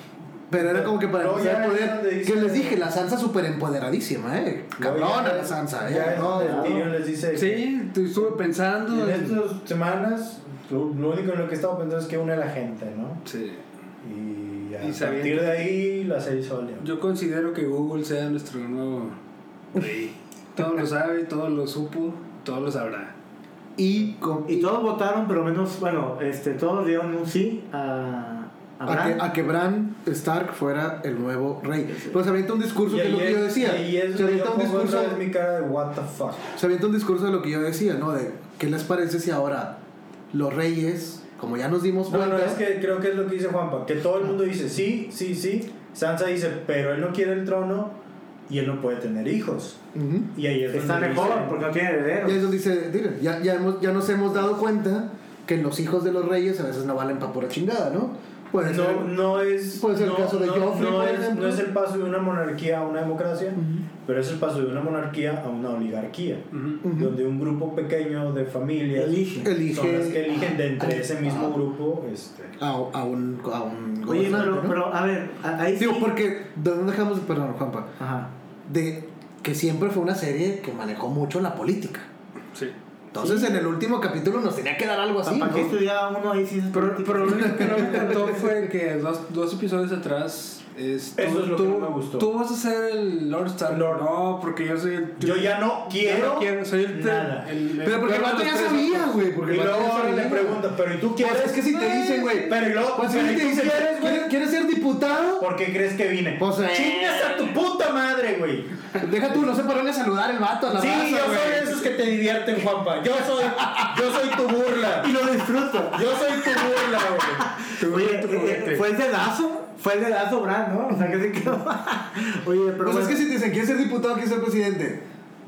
S4: Pero era como que para
S2: Luego ya
S4: demostrar
S2: es
S4: poder.
S2: donde dice-
S4: Que les dije, la Sansa súper empoderadísima, ¿eh?
S2: Luego ya-
S4: Cabrona la Sansa,
S2: ya
S4: ¿eh?
S2: es
S4: No,
S2: donde
S4: no.
S2: el tío les dice.
S3: Sí, te estuve pensando.
S2: En
S3: en-
S2: estas semanas, lo, lo único en lo que he estado pensando es que une a la gente, ¿no?
S3: Sí.
S2: Y a
S3: Y sabiendo-
S2: partir de ahí, la serie sólida.
S3: Yo considero que Google sea nuestro nuevo rey. Todo lo sabe, todo lo supo, todo lo sabrá.
S4: Y, con,
S5: Y todos votaron, pero menos, bueno, este, todos dieron un sí a, a
S4: a,
S5: Bran.
S4: que, a que Bran Stark fuera el nuevo rey. Pues se avienta un discurso
S2: Y
S4: que es lo
S2: ahí
S4: que yo
S2: es-
S4: decía.
S2: y ahí es
S4: Se
S2: donde yo
S4: avienta un
S2: pongo
S4: discurso.
S2: otra vez mi cara de what the fuck.
S4: se avienta un discurso de lo que yo decía, ¿no? De qué les parece si ahora los reyes, como ya Ah. nos dimos
S2: No,
S4: cuenta,
S2: no, es que creo que es lo que dice Juanpa, que todo el mundo dice sí, sí, sí. Sansa dice, pero él no quiere el trono y él no puede tener hijos.
S4: Ujú.
S2: Y ahí es donde
S5: Está
S2: dicen,
S5: mejor porque no tiene
S4: Y ahí es
S5: herederos.
S4: donde dice, "Mira, ya, ya, hemos- ya nos hemos dado cuenta que los hijos de los reyes a veces no valen para pura chingada, ¿no? Puede ser.
S2: No, no es.
S4: Puede ser el
S2: no-
S4: caso de
S2: no-
S4: Joffrey,
S2: no
S4: por
S2: es,
S4: ejemplo.
S2: no es el paso de una monarquía a una democracia, pero es el paso de una monarquía a una oligarquía,
S3: Ujú.
S4: Ujú.
S2: donde un grupo pequeño de familias
S5: Elige.
S2: son las que
S4: Elige
S2: eligen de entre
S4: Ah,
S2: ese mismo
S4: ah.
S2: grupo. Este,
S4: a, a un, a un
S5: Oye,
S4: gobernante,
S5: pero,
S4: ¿no?
S5: pero a ver, a- ahí sí.
S4: Digo, porque, ¿de dónde dejamos, perdón, Juanpa?
S5: Ajá.
S4: De que siempre fue una serie que manejó mucho la política.
S3: Sí.
S4: Entonces, en el último capítulo nos tenía que dar algo así,
S5: ¿Para
S4: ¿no?
S5: qué
S2: este
S5: estudiaba uno ahí si es
S2: <laughs>
S3: Pero,
S5: político?
S3: pero lo único que no me encantó fue que dos, dos episodios atrás. Es, tú,
S2: Eso es lo que
S3: tú-
S2: no me gustó.
S3: Tú vas a ser el Lord Stark.
S2: Lord.
S3: No, porque yo soy el.
S2: yo ya no quiero,
S3: yo no quiero, soy el.
S2: nada.
S3: el- el-
S4: Pero porque el vato ya sabía, güey. Porque
S2: y
S4: el vato
S2: luego
S4: ya
S2: ahora le
S4: sabía.
S2: pregunta, pero ¿y tú
S4: Pues
S2: quieres?
S4: es que si te dicen, güey.
S2: Pero y luego,
S4: Pues si
S2: pero
S4: te
S2: ¿y tú
S4: dicen,
S2: quieres, güey?
S4: ¿quieres, quieres ser diputado?
S2: ¿Por qué crees que vine?
S4: Pues, eh.
S2: ¡Chingas a tu puta madre, güey!
S4: Deja tú, no se paró ni a saludar el vato a la
S2: Sí,
S4: raza,
S2: yo soy
S4: güey.
S2: de esos que te divierten, Juanpa. Yo soy, yo soy tu burla.
S5: <laughs> Y lo disfruto.
S2: Yo soy tu burla, güey.
S5: Oye, eh, eh, fue el dedazo, fue el dedazo, Bran, ¿no? O sea, que se quedó. <laughs> Oye, pero.
S4: Pues es que si te dicen, ¿quieres ser diputado quieres ser presidente?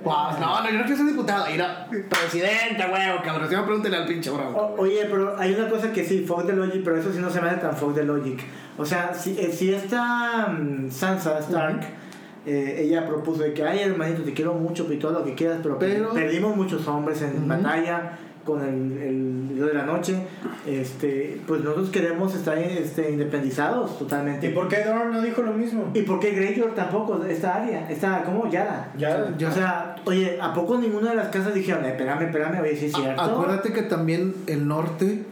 S4: Pues no, no, yo no quiero ser diputado. Y no, presidente, güey, cabrón. Si no, pregúntale al pinche bronco.
S5: O-
S4: güey.
S5: Oye, pero hay una cosa que sí, Fog the Logic, pero eso sí no se me hace tan Fog the Logic. O sea, si, eh, si esta mm, Sansa Stark, eh, ella propuso de que, ay, hermanito, te quiero mucho y todo lo que quieras, pero, per-
S4: Pero-
S5: perdimos muchos hombres en
S4: Ujú.
S5: batalla con el, el Dios de la Noche. Este, pues nosotros queremos estar este, independizados totalmente.
S2: ¿Y por qué Dorn no dijo lo mismo?
S5: ¿Y por qué Greyjoy tampoco? Esta área, esta, ¿cómo? Yara.
S2: Ya.
S4: Ya.
S5: O sea, oye, ¿a poco ninguna de las casas dijeron, "Eh, espérame, espérame, oye, sí es cierto?
S4: Acuérdate que también el norte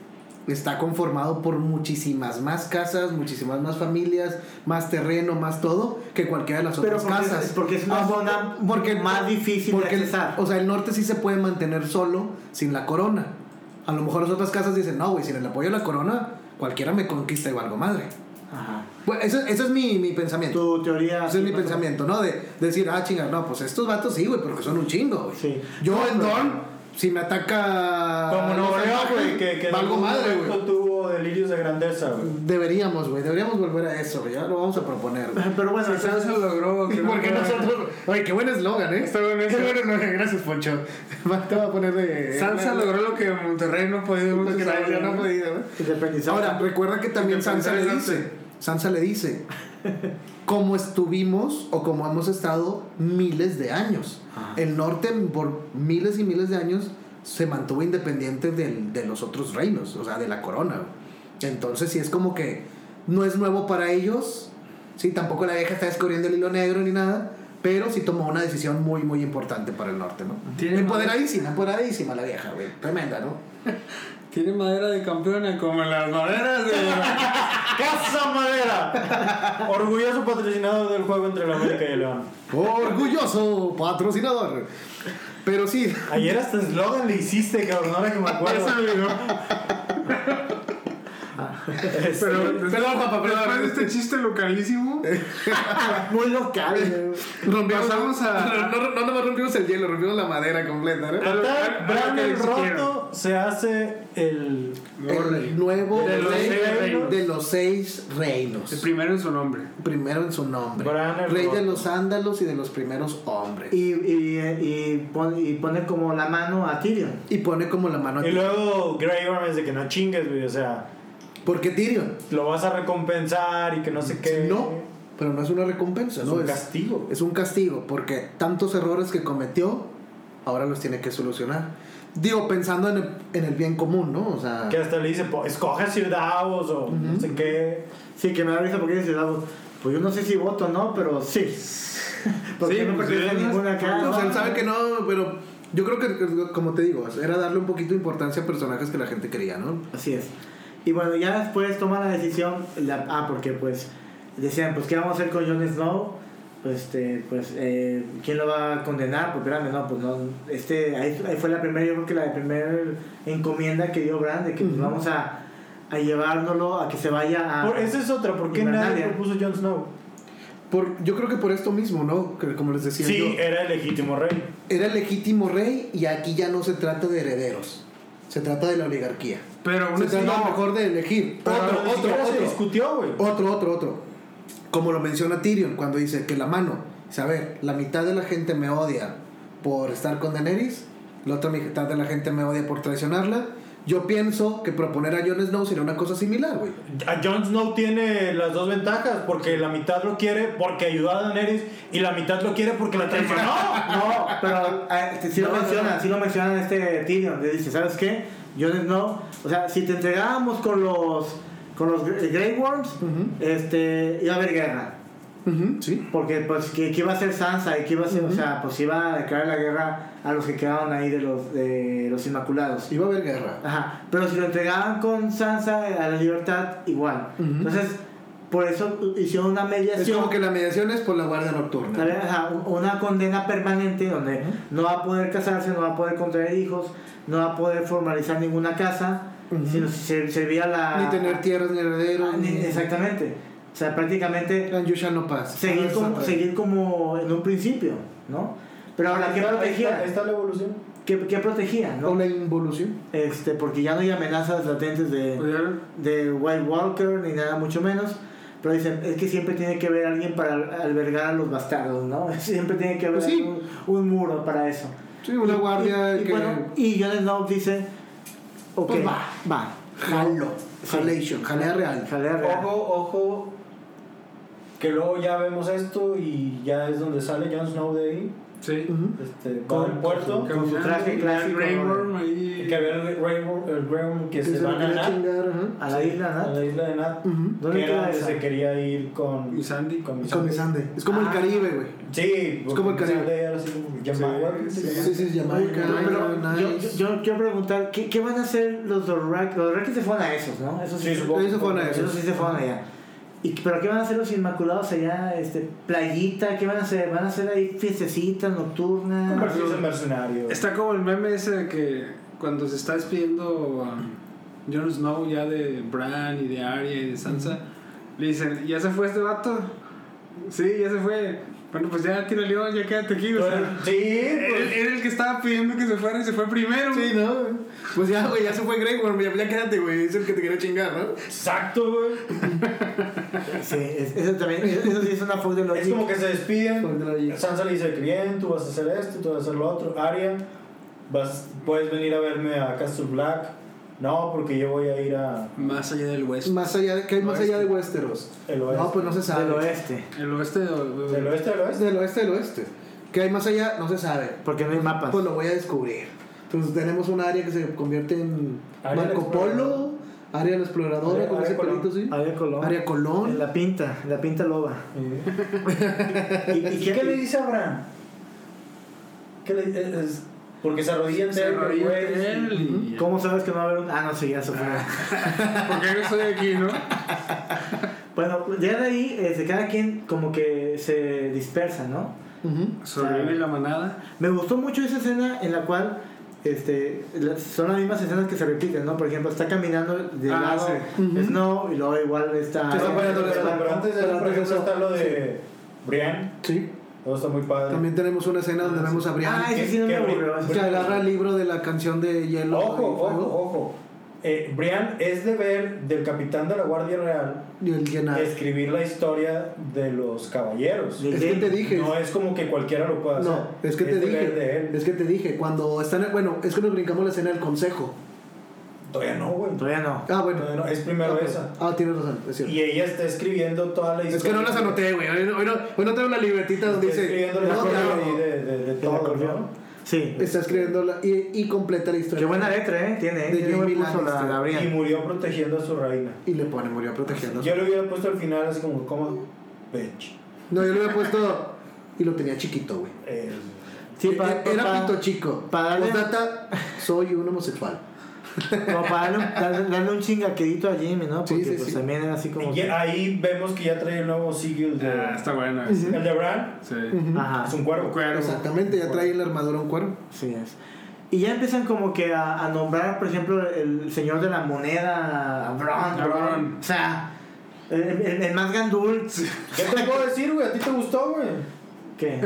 S4: está conformado por muchísimas más casas, muchísimas más familias, más terreno, más todo que cualquiera de las
S5: Pero
S4: otras
S5: porque es-
S4: casas. Ah,
S5: porque es una zona más difícil de
S4: porque el-
S5: accesar.
S4: O sea, el norte sí se puede mantener solo sin la corona. A lo mejor las otras casas dicen, no, güey, sin el apoyo de la corona, cualquiera me conquista y valgo madre.
S5: Ajá.
S4: Bueno, eso, eso es mi, mi pensamiento.
S5: Tu teoría.
S4: Ese es mi
S5: sí, más o-
S4: pensamiento, ¿no? De decir, ah, chinga, no, pues estos vatos sí, güey, porque son un chingo, güey.
S5: Sí.
S4: Yo
S5: No,
S4: en
S5: pero-
S4: Dorn, si me ataca.
S2: Como no
S4: los
S2: veo,
S4: salvajes,
S2: güey, que, que en
S4: valgo
S2: algún
S4: madre,
S2: momento
S4: güey.
S2: tuvo delirios de grandeza, güey.
S4: Deberíamos, güey, deberíamos volver a eso, güey. Ya lo vamos a proponer,
S5: <laughs>
S4: güey.
S5: Pero bueno,
S3: Si Sansa logró. que no
S4: Porque
S3: fuera-
S4: nosotros. Oye, qué buen eslogan, ¿eh? Está bueno, qué buen eslogan. Gracias, Poncho. <laughs> Te voy a poner de.
S3: Sansa
S4: <laughs> de-
S3: logró lo que Monterrey no ha podido.
S4: Lo que Sansa no ha podido, ¿no?
S5: independizado.
S4: Ahora, recuerda que también Sansa le dice, Sansa le dice, como estuvimos o como hemos estado miles de años. El norte por miles y miles de años se mantuvo independiente del- de los otros reinos, o sea, de la corona. Entonces, sí es como que no es nuevo para ellos, sí, tampoco la vieja está descubriendo el hilo negro ni nada. Pero sí tomó una decisión muy, muy importante para el norte, ¿no?
S3: Tiene
S4: Empoderadísima, empoderadísima la vieja, güey. Tremenda, ¿no?
S3: Tiene madera de campeona como las maderas
S4: <laughs>
S3: de.
S2: ¡Casa Madera! Orgulloso patrocinador del juego entre la América y el León.
S4: Orgulloso patrocinador. Pero sí,
S2: Ayer hasta eslogan le hiciste, cabrón, ahora que me acuerdo. Este,
S3: Pero,
S4: Perdón, papá, perdón.
S3: Después de este chiste localísimo,
S5: muy local.
S4: rompimos,
S3: Pasamos a-
S4: No, no, no rompimos el hielo, rompimos la madera completa, ¿no?
S2: Total,
S3: Algo-
S2: Bran
S3: algo que
S2: el
S3: ellos quisieron.
S2: Roto se hace el...
S4: El nuevo
S3: De los
S4: rey
S3: seis reinos.
S4: de los seis reinos.
S3: el primero en su nombre.
S4: Primero en su nombre.
S2: Bran el
S4: Rey de
S2: Rojo.
S4: los sándalos y de los primeros hombres.
S5: Y,
S4: Y,
S5: y, y, pon- y pone como la mano a Tyrion.
S4: pone como la mano
S2: Y
S4: aquí.
S2: luego Grey Worm es de que no chingues, güey, o sea,
S4: Porque Tyrion.
S2: lo vas a recompensar y que no sé qué.
S4: No, pero no es una recompensa,
S2: Es
S4: ¿no?
S2: un castigo, güey.
S4: Es un castigo, porque tantos errores que cometió, ahora los tiene que solucionar. Digo, pensando en el, en el bien común, ¿no? O sea.
S2: Que hasta le dice, po, escoge Sir Davos o no sé qué.
S5: Sí, que me da risa porque dice Davos. Pues yo no sé si voto o no, pero sí. <laughs> Porque
S3: Sí,
S5: no
S3: pues,
S5: pertenece a
S3: sí,
S5: ninguna casa.
S4: O sea, él sabe que no, pero yo creo que, como te digo, era darle un poquito de importancia a personajes que la gente quería, ¿no?
S5: Así es. Y bueno, ya después toma la decisión. la- ah, porque pues decían, pues, ¿qué vamos a hacer con Jon Snow? este, pues, eh, ¿quién lo va a condenar? Pues espérame, no, pues no. Este, ahí, ahí fue la primera, yo creo que la primera encomienda que dio Brand, de que pues,
S4: Ujú.
S5: vamos a, a llevárnoslo a que se vaya
S4: Ah.
S5: a.
S2: Por- esa es otra, ¿por qué nadie
S5: Invernalia.
S2: propuso Jon Snow?
S4: Por, yo creo que por esto mismo, ¿no? Que Como les decía yo,
S2: Sí, eh. era el legítimo rey.
S4: era el legítimo rey y aquí ya no se trata de herederos, se trata de la oligarquía.
S3: Pero aún
S4: Se
S3: así,
S4: trata a lo
S3: no.
S4: mejor de elegir.
S2: Pero
S4: otro,
S2: ni
S4: otro,
S2: siquiera se
S4: otro.
S2: discutió, güey.
S4: Otro, otro, otro. Como lo menciona Tyrion cuando dice que la mano, dice, a ver, la mitad de la gente me odia por estar con Daenerys, la otra mitad de la gente me odia por traicionarla. Yo pienso que proponer a Jon Snow sería una cosa similar, güey.
S2: A Jon Snow tiene las dos ventajas, porque la mitad lo quiere porque ayudó a Daenerys y la mitad lo quiere porque la
S5: <laughs>
S2: traicionó.
S5: No, pero eh, si lo
S4: No, no,
S5: mencionan,
S4: no.
S5: si lo mencionan este Tyrion, le dice, ¿sabes qué? Yo no, o sea, si te entregábamos con los con los Gre- Grey Worms, este iba a haber guerra,
S4: Sí.
S5: porque pues que, que iba a ser Sansa y que iba a ser, o sea, pues iba a declarar la guerra a los que quedaban ahí de los de los Inmaculados.
S4: Iba a haber guerra.
S5: Ajá, pero si lo entregaban con Sansa a la libertad igual.
S4: Ujú.
S5: Entonces, por eso hicieron una mediación.
S4: Es como que la mediación es por la guardia nocturna.
S5: Tal vez, ajá, un- una condena permanente donde no va a poder casarse, no va a poder contraer hijos, no va a poder formalizar ninguna casa,
S4: Ujú.
S5: sino se, servía la...
S4: Ni tener tierras ni herederos.
S5: Ah, ni- Exactamente. O sea, prácticamente
S4: And you shall no pass.
S5: seguir
S4: Ah,
S5: como,
S4: exacto.
S5: seguir como en un principio, ¿no? Pero ahora, ¿qué
S2: Ahí está,
S5: protegía?
S2: ahí está la evolución.
S5: ¿Qué, qué protegía?
S4: O
S5: ¿no?
S4: la involución.
S5: Este, porque ya no hay amenazas latentes de
S3: Pudieron-
S5: de White Walker ni nada mucho menos. Pero dicen, es que siempre tiene que haber alguien para al- albergar a los bastardos, ¿no? <laughs> Siempre tiene que haber
S4: Pues sí.
S5: un, un muro para eso.
S4: Sí, una guardia
S5: y, y
S4: que.
S5: bueno, y Jon Snow dice, ok,
S4: Pues va.
S5: va.
S4: Jalo.
S5: Sí.
S4: Jalation. Jalea real.
S5: Jalea real.
S2: Ojo, ojo, que luego ya vemos esto y ya es donde sale Jon Snow de ahí,
S3: Sí.
S4: Ujú.
S2: este, va al puerto,
S5: Con su traje
S3: Caminando,
S5: clásico,
S3: Grey
S5: ¿no?
S3: Worm ahí.
S2: y que ve el Grey Worm- el Grey Worm que se
S4: lo
S2: van a
S4: quiere
S2: ganar
S4: chingar, ajá.
S5: A la isla,
S2: a
S5: ¿no?
S2: la isla de Nat,
S4: Ujú.
S5: ¿Dónde
S2: que era
S5: queda
S2: donde
S5: esa?
S2: se quería ir con
S3: Y Sandy.
S2: con
S4: Es como
S2: Missandei.
S4: el Sande. Es como el
S5: Ah.
S4: Caribe, güey.
S2: Sí,
S4: Es como el Caribe.
S2: Missandei era así como Yamaha,
S3: Sí,
S2: se llama.
S4: Sí, sí,
S5: Oye,
S4: Jamaica.
S5: no, pero yo,
S4: nice.
S5: yo- yo quiero preguntar, ¿qué, qué van a hacer los Dorraki? Los Dorraki se fueron a esos, ¿no? Esos
S2: Sí, supongo.
S4: Eso fue una-
S5: Esos sí se fueron allá. ¿Y, ¿Pero qué van a hacer los Inmaculados allá? Este, ¿Playita? ¿Qué van a hacer? ¿Van a hacer ahí fiestecitas nocturnas?
S2: Convertirse en mercenario.
S3: Está como el meme ese de que cuando se está despidiendo um, Jon Snow ya de Bran y de Arya y de Sansa, le dicen, ¿ya se fue este vato? Sí, ya se fue. Bueno, pues ya tira león, ya quédate aquí. O sea,
S2: Sí,
S3: él
S2: pues,
S3: era el que estaba pidiendo que se fuera y se fue primero.
S4: Sí, ¿no? Pues ya, güey, ya se fue Grey, güey. Ya, ya quédate, güey. Es el que te quería chingar, ¿no?
S2: exacto, güey.
S5: Sí, es- eso también, eso sí es una fuck de
S2: Es
S5: logic.
S2: como que se
S4: Por la
S2: despiden.
S4: ley.
S2: Sansa le dice que bien, tú vas a hacer esto, tú vas a hacer lo otro. Arya, vas, puedes venir a verme a Castle Black. No, porque yo voy a ir a
S3: Más allá del oeste.
S4: Más allá de, ¿Qué hay más allá de Westeros?
S2: el oeste.
S4: No, pues no se sabe.
S5: Del oeste.
S3: El oeste de...
S2: Del oeste al
S4: Es
S2: oeste.
S4: del oeste del oeste. ¿Qué hay más allá? No se sabe.
S5: Porque no hay mapas.
S4: Pues lo voy a descubrir. Entonces tenemos un área que se convierte en
S2: Área del
S4: Marco Polo, área de la exploradora,
S2: Área-
S4: con
S2: área
S4: ese
S2: Colón.
S4: pelito, sí.
S5: Área Colón.
S4: Área Colón.
S5: En la pinta, en la pinta loba.
S2: Sí.
S5: ¿Y, y
S2: ¿Y qué le dice a Bran? ¿Qué le es- es- Porque se arrodilla en pues,
S3: Se
S2: él,
S3: arrodilla
S2: güey.
S3: ante él y-
S5: ¿Cómo sabes que no va a haber un.? Ah, no, sí, ya se fue.
S3: ¿Por qué no estoy aquí, no?
S5: Bueno, ya de ahí, este, cada quien como que se dispersa, ¿no?
S4: Ujú.
S3: Sobrevive la manada.
S5: Me gustó mucho esa escena en la cual este, las- son las mismas escenas que se repiten, ¿no? Por ejemplo, está caminando de
S3: Ah,
S5: lado
S3: sí.
S4: Ujú.
S5: Snow y luego igual está...
S4: Que
S2: Pero,
S4: está poniendo
S2: pero-
S4: la-
S2: pero antes de
S4: pero
S2: eso, por
S4: antes de
S2: ejemplo,
S4: eso,
S2: está lo de Brian.
S4: Sí.
S2: Todo está muy padre.
S4: También tenemos una escena donde vemos a
S5: Ah,
S4: Brian
S5: ese sí no me
S2: Qué- qué
S5: aburrió.
S4: que
S5: ese-
S4: agarra el libro de la canción de Hielo.
S2: Ojo,
S4: y Fuego,
S2: ojo, ojo. Eh, Brian es deber del capitán de la Guardia Real
S4: Y el llenar.
S2: escribir la historia de los caballeros.
S5: Sí.
S4: Es que te dije.
S2: No es como que cualquiera lo pueda hacer.
S4: No, es que te
S2: deber de
S4: dije.
S2: él.
S4: Es que te dije. Cuando están. Bueno, es que nos brincamos la escena del consejo.
S2: Todavía no, güey.
S5: Todavía no.
S4: Ah, bueno.
S2: Todavía no, Es primero
S4: Ah,
S2: esa.
S4: Ah, tienes razón. Es cierto.
S2: Y ella está escribiendo toda la historia.
S4: Es que no las anoté, güey. Hoy no, hoy no, hoy no tengo la libretita
S2: Está
S4: donde dice.
S2: escribiendo la
S4: no,
S2: historia
S4: claro.
S2: de, de, de, de todo, ¿no?
S5: Sí.
S4: Está escribiendo la- y, y completa la historia.
S5: Qué buena letra, ¿eh? Tiene, ¿eh?
S4: De
S5: Tiene
S4: Jamie
S5: buen pulso la,
S4: Lannister.
S5: la
S2: Y
S5: Brienne.
S2: murió protegiendo a su reina.
S4: Y le pone, murió protegiendo.
S2: Yo le hubiera puesto al final así como, ¿cómo? Bitch.
S4: No, yo le había puesto. Y lo tenía chiquito, güey.
S2: Eh,
S5: Sí, pa-
S4: Eh, era
S5: pa-
S4: pito chico.
S5: para darle-
S4: Postdata, soy un homosexual.
S5: Como para darle, un- darle- darle un chingaquedito a Jimmy, ¿no?
S4: Sí,
S5: Porque
S4: sí,
S5: pues
S4: sí.
S5: también era así como.
S2: Y ya- ahí vemos que ya trae el nuevo sigil de.
S3: Ah, está bueno.
S2: El de Bran
S3: Sí.
S5: Ajá.
S3: Ah.
S2: es un cuervo.
S3: Cuervo.
S4: Exactamente, ya trae la armadura un cuervo.
S5: Así es. Y ya empiezan como que a, a nombrar, por ejemplo, el señor de la moneda, a Bron.
S3: A Bron.
S5: O sea, el, el- el más gandul.
S2: ¿Qué te puedo decir, güey? ¿A ti te gustó, güey?
S3: <laughs>
S5: ¿Qué?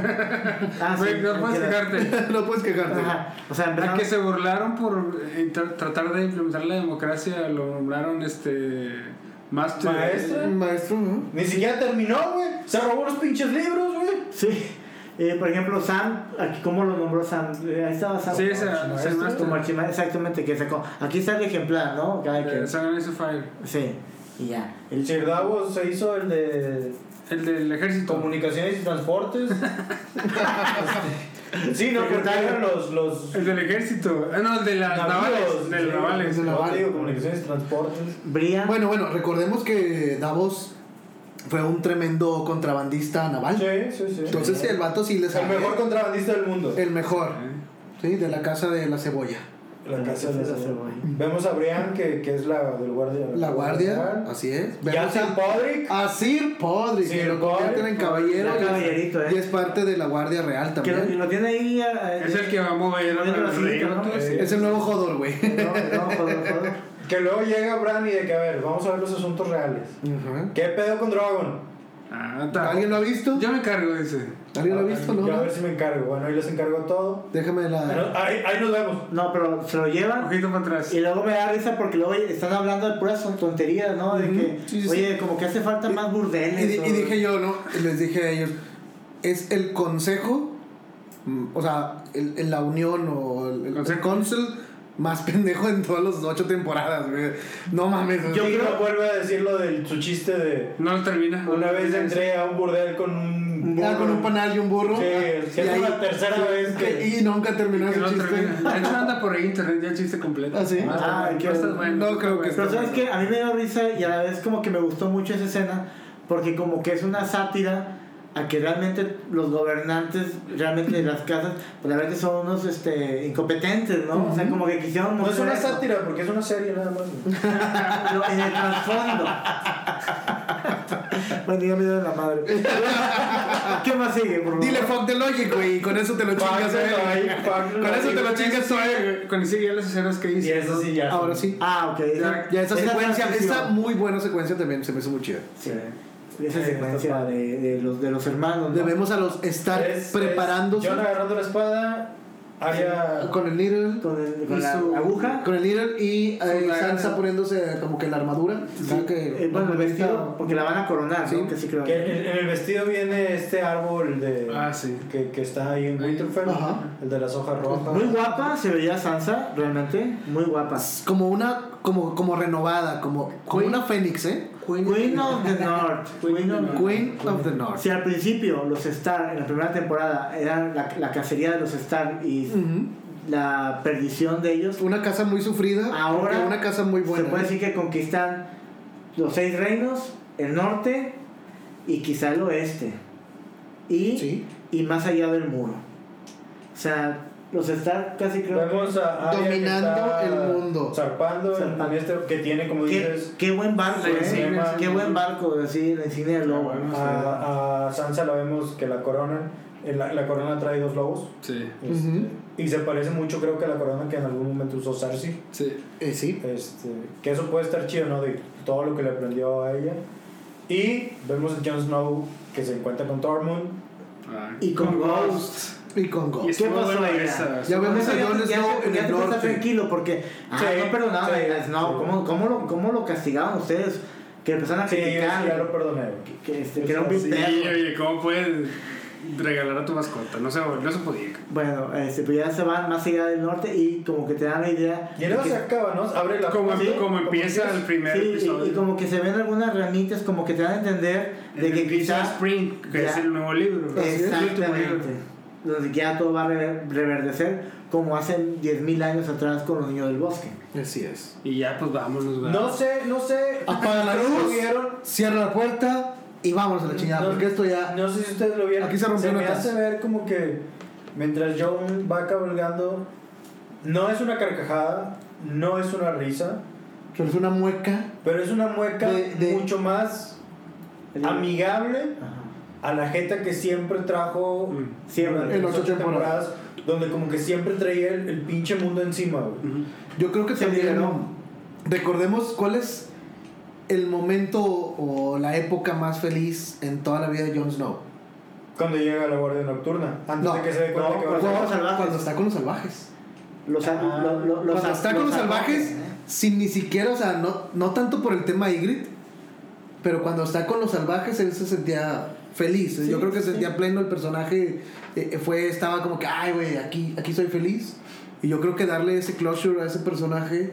S5: Ah, sí,
S3: Güey, no puedes
S5: que-
S3: quejarte.
S4: <laughs> no puedes quejarte.
S5: Ajá. O sea, en
S3: La
S5: verdad.
S3: que se burlaron por eh, tra- tratar de implementar la democracia, lo nombraron este. Master. eh,
S2: Maestro.
S4: Maestro, ¿no?
S2: Ni siquiera terminó, güey. Se robó los pinches libros, güey.
S5: Sí. Eh, por ejemplo, Sam, aquí, ¿cómo lo nombró Sam? Eh, ahí estaba Sam.
S3: Sí,
S5: como
S3: ese-
S5: archimaestro,
S3: ese maestro.
S5: como archimaestro, exactamente, que sacó. Aquí está el ejemplar, ¿no? Cada quien.
S3: Eh, San Lorenzo Fire.
S5: Sí, y ya. El
S2: Sir Davos se hizo el de
S3: El del ejército.
S2: comunicaciones y
S3: <laughs>
S2: transportes. Este, sí, no, porque
S5: Secretario.
S2: eran los, los
S3: El del ejército. Ah, no, el de las navales.
S2: navíos,
S3: Del
S2: sí,
S3: navales.
S2: no,
S4: naval.
S2: digo, comunicaciones y transportes.
S5: Brian.
S4: Bueno, bueno, recordemos que Davos fue un tremendo contrabandista naval.
S2: Sí, sí, sí.
S4: Entonces el vato sí les
S2: el mejor contrabandista del mundo.
S4: El mejor,
S3: Eh,
S4: sí, de la casa de la cebolla.
S2: La casa de la
S5: Sí, sí,
S2: cebolla.
S5: sí.
S2: Vemos a Brian, que, que es la del guardia.
S4: La guardia, así es.
S2: Ya
S4: Vemos
S2: Sam
S4: a, Ah,
S2: Podrick.
S4: a Sir Podrick,
S2: Sir
S4: que lo convierten en
S2: Podrick.
S4: caballero.
S5: Ya
S4: y es-
S5: caballerito, eh.
S4: Y es parte de la guardia real
S5: Que lo,
S4: también.
S5: lo tiene ahí. eh,
S3: Es el que va a mover
S5: Es de la
S3: al rey.
S5: finca,
S3: ¿no?
S5: ¿no?
S3: Sí.
S4: Es el nuevo Jodor, güey.
S5: <laughs> No, no, joder, joder.
S2: Que luego llega Bran y de que, a ver, vamos a ver los asuntos reales.
S4: Ujú.
S2: ¿Qué pedo con Dragon?
S3: Ah, está.
S4: ¿Alguien lo ha visto?
S3: Yo me encargo, dice.
S4: ¿Alguien lo ha visto? No,
S2: Yo a ver
S4: no.
S2: si me encargo. Bueno, ahí les encargo todo.
S4: Déjame la.
S2: Bueno, Ahí, ahí nos vemos.
S5: No, pero se lo llevan.
S3: Ojito para atrás.
S5: Y luego me da risa porque luego están hablando de puras tonterías, ¿no? De que,
S4: sí, sí.
S5: oye, como que hace falta más burdeles.
S4: Y, di-
S5: o-
S4: y dije yo, ¿no? Y Les dije a ellos, es el consejo, mm, o sea, el, el- la unión o el, el- el
S3: Consejo.
S4: council más <laughs> pendejo en todas las ocho temporadas, güey. No mames.
S2: Yo
S4: así.
S2: creo que vuelve a decir lo del su chiste de
S3: No lo termina.
S2: una vez entré a un burdel con un
S4: Ah, con un panal y un burro.
S2: Sí,
S4: Ah,
S2: sí, es
S4: ahí-
S2: la tercera vez que-
S4: Y nunca terminó
S3: Que
S4: ese
S3: no
S4: chiste.
S3: termina. De hecho, anda por ahí internet ya el chiste completo.
S4: ¿Ah, sí?
S5: Ah,
S3: Ah,
S5: qué
S3: está
S5: bueno.
S3: bueno.
S4: No creo que
S5: Pero sabes que a mí me dio risa y a la vez como que me gustó mucho esa escena porque como que es una sátira a que realmente los gobernantes realmente de las casas pues la verdad que son unos este incompetentes, ¿no? O sea, como que quisieron
S2: No es
S5: mostrar
S2: una
S5: eso.
S2: sátira porque es una serie nada
S4: <laughs>
S2: más.
S5: Lo- en el trasfondo. bueno, ya me dio la madre.
S4: <laughs>
S5: ¿Qué más sigue, por favor?
S4: Dile fuck the logic, güey, y con eso te lo chingas, güey. Con eso te lo chingas, güey.
S3: Con eso ya las escenas que
S2: Y
S3: hice.
S2: eso sí ya.
S4: Ahora sí.
S5: Ah, ok.
S4: Ya, ya esa secuencia, esa muy buena secuencia también se me hizo muy chida.
S5: Sí. Esa
S2: Eh,
S5: secuencia
S2: está
S5: de, de los, de los hermanos. ¿no?
S4: Le vemos a los estar
S2: Es-
S4: preparándose
S2: es Jon agarrando la espada. Arya.
S4: con el needle.
S5: Con, el- con
S4: y
S5: la
S4: su-
S5: aguja.
S4: Con el needle y eh,
S3: daga.
S4: Sansa poniéndose como que la armadura. Creo que-
S5: Eh, bueno, el
S4: está-
S5: vestido, porque la van a coronar,
S4: Sí.
S5: ¿no? Que sí creo.
S2: Que en, en el vestido viene este árbol de.
S3: Ah, sí.
S2: Que, que está ahí en Winterfell.
S4: Ajá.
S2: El de las hojas rojas.
S5: Muy guapa se veía Sansa, realmente. Muy guapa.
S4: Como una, como, como renovada, como, como una fénix, ¿eh?
S5: Queen of the North. <laughs> Queen of-
S4: Queen of the North.
S5: Si al principio los Star, en la primera temporada, eran la, la cacería de los Star y
S4: Ujú.
S5: la perdición de ellos,
S4: Una casa muy sufrida,
S5: Ahora
S4: pero una casa muy buena.
S5: se puede
S4: ¿eh?
S5: decir que conquistan los seis reinos, el norte y quizá el oeste. Y,
S4: Sí.
S5: y más allá del muro. O sea, los Star casi creo que...
S2: Vemos a Arya que
S4: Dominando
S2: está
S4: el mundo.
S2: Zarpando en-
S5: Zarpando.
S2: en este que tiene, como
S5: Qué,
S2: dices,
S5: qué buen barco,
S3: La
S5: ¿eh?
S3: insignia,
S5: Qué
S3: sí.
S5: buen barco, así, la insignia del lobo.
S3: Bueno,
S2: a, a Sansa la vemos que la corona, en la, la corona trae dos lobos.
S3: Sí,
S2: Este,
S4: Ujú.
S2: Y se parece mucho, creo que a la corona que en algún momento usó Cersei.
S3: sí.
S4: Eh, sí.
S2: Este, que eso puede estar chido, ¿no? De todo lo que le aprendió a ella. Y vemos a Jon Snow que se encuentra con Tormund.
S3: Ah,
S5: Y con Ghost.
S4: Y con Ghost.
S3: Y
S5: ¿Qué
S3: estuvo
S5: pasó
S3: buena
S5: ahí?
S3: esa.
S4: Ya vemos a
S5: Eso
S4: Jon
S5: te-
S4: Snow
S5: te-
S4: en
S5: ya
S4: el
S5: te estás
S4: norte.
S5: tranquilo porque ah,
S2: Sí,
S5: no perdonaba
S2: sí,
S5: a Snow.
S2: sí.
S5: ¿Cómo, cómo, lo, ¿Cómo lo castigaban ustedes? Ah, Que empezaron a
S2: Sí, yo
S5: criticar.
S2: ya lo perdoné.
S5: que, este, que era un
S2: Sí,
S5: big perro.
S3: Sí, oye, ¿cómo puedes regalar a tu mascota? No se, no se podía.
S5: Bueno, este, pues ya se van más allá del norte y como que te dan la idea.
S2: Y
S5: de
S2: luego
S5: que-
S2: se acaba, ¿no? Abre la
S3: Como,
S5: Sí,
S3: como empieza
S2: empieza.
S3: el primer
S5: sí, y-
S3: episodio.
S5: y, como que se ven algunas ramitas, como que te dan a entender de
S3: En
S5: que
S3: el Visa
S5: quizás.
S3: Spring, que
S5: ya-
S3: es el nuevo libro. ¿no? Es el último
S5: Exactamente.
S3: libro.
S5: Donde ya todo va a rever- reverdecer como hace 10.000 años atrás con los niños del bosque.
S4: Así es.
S3: Y ya, pues vámonos. ¿verdad?
S2: No sé, no sé.
S4: Apaga la
S2: ¿Ustedes
S4: luz.
S2: lo vieron?
S4: Cierra la puerta y vámonos a la chingada, porque esto ya.
S2: No sé si ustedes lo vieron.
S4: Aquí se rompió
S2: me
S4: una taza.
S2: hace ver como que mientras John va cabalgando No es una carcajada, no es una risa,
S4: Pero es una mueca.
S2: pero es una mueca
S4: De- de-
S2: mucho más amigable
S5: Ajá.
S2: a la jeta que siempre trajo
S5: Siempre.
S2: durante
S4: En
S2: las
S4: Mm. ocho
S2: ocho
S4: temporadas.
S2: temporadas, donde como que siempre traía el, el pinche mundo encima, güey.
S4: Yo creo que
S5: Se
S4: también.
S5: liberó.
S4: Recordemos cuál es el momento o la época más feliz en toda la vida de Jon Snow.
S2: Cuando llega la Guardia Nocturna, antes
S4: No,
S2: de que se dé cuenta
S5: no,
S2: que va a
S5: Cuando está con los salvajes.
S4: Cuando está con los salvajes.
S5: Los, sa-
S2: Ah.
S5: lo- lo- los
S4: Cuando
S5: sa-
S4: está con los salvajes,
S5: ¿eh?
S4: sin ni siquiera, o sea, no, no tanto por el tema de Ygritte, pero cuando está con los salvajes él se sentía feliz.
S5: Sí,
S4: Yo creo que
S5: sí.
S4: sentía pleno el personaje. eh, eh, fue, estaba como que, ay, güey, aquí, aquí soy feliz. Y yo creo que darle ese closure a ese personaje,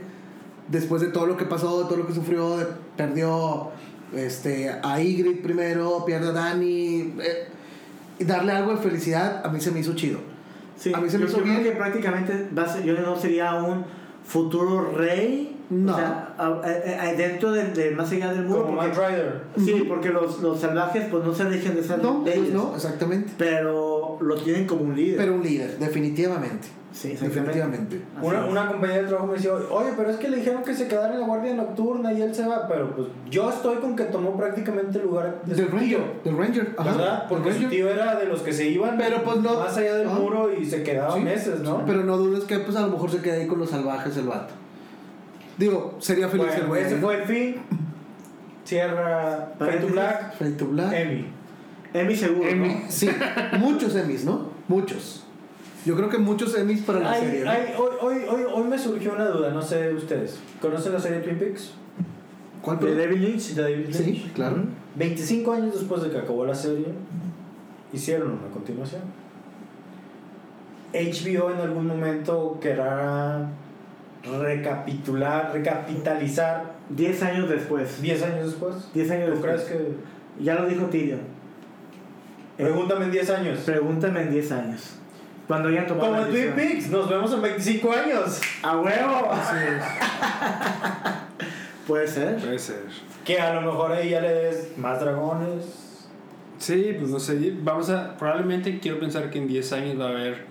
S4: después de todo lo que pasó, de todo lo que sufrió, de- perdió este, a Ygritte primero, pierde a Dani, eh, y darle algo de felicidad, a mí se me hizo chido.
S5: Sí,
S4: A mí se me
S5: yo-
S4: hizo
S5: yo creo
S4: bien.
S5: que prácticamente va a ser- yo no sería un futuro rey.
S4: No.
S5: O sea, a- a- a- dentro del del más allá del muro.
S2: Como
S5: porque-
S2: Matt Ryder.
S5: sí, porque los, los salvajes pues no se rigen de esas
S4: No, pues,
S5: leyes.
S4: no, exactamente.
S5: Pero lo tienen como un líder.
S4: Pero un líder, definitivamente.
S5: sí,
S4: Definitivamente.
S5: Así
S2: Una,
S5: es.
S2: una compañera de trabajo me decía, oye, pero es que le dijeron que se quedara en la guardia nocturna y él se va, pero pues yo estoy con que tomó prácticamente el lugar de
S4: Del
S2: su tío,
S4: Ranger. Del Ranger. Ajá.
S2: ¿verdad? Porque
S4: Del
S2: su
S4: Ranger.
S2: tío era de los que se iban
S4: Pero, pues, no-
S2: más allá del
S4: Ajá.
S2: muro y se quedaban
S4: Sí.
S2: meses, ¿no?
S4: Pero no dudes que pues a lo mejor se queda ahí con los salvajes el vato. Digo, sería feliz el
S2: bueno,
S4: güey.
S2: ese
S4: ¿no?
S2: fue el fin. Cierra Fade to
S5: Paréntesis.
S2: Black,
S4: Fade to Black.
S2: Emmy.
S5: Emi seguro. ¿no?
S4: Sí, muchos Emmys, ¿no? Muchos. Yo creo que muchos Emmys para la
S2: Ay,
S4: serie. ¿no?
S2: ay, hoy, hoy, hoy, hoy me surgió una duda, no sé ustedes. ¿Conocen la serie Twin Peaks?
S4: ¿Cuál
S5: De
S4: pero-
S5: David Lynch.
S2: De David Lynch.
S4: Sí, claro.
S2: 25 años después de que acabó la serie, hicieron una continuación. HBO en algún momento querrá recapitular, recapitalizar
S5: 10 años después.
S2: 10 años después.
S5: 10 años
S2: ¿Tú
S5: después.
S2: crees que.?
S5: Ya lo dijo Tirio.
S2: Pregúntame en 10 años.
S5: Pregúntame en 10 años. Cuando hayan tomado
S2: Como
S5: la
S2: en Twin
S5: decisión.
S2: Peaks, nos vemos en 25 años.
S5: ¡A huevo!
S4: Así es.
S5: Puede ser.
S3: Puede ser.
S2: Que a lo mejor ahí ya le des más dragones.
S3: Sí, pues no sé. Vamos a. Probablemente quiero pensar que en 10 años va a haber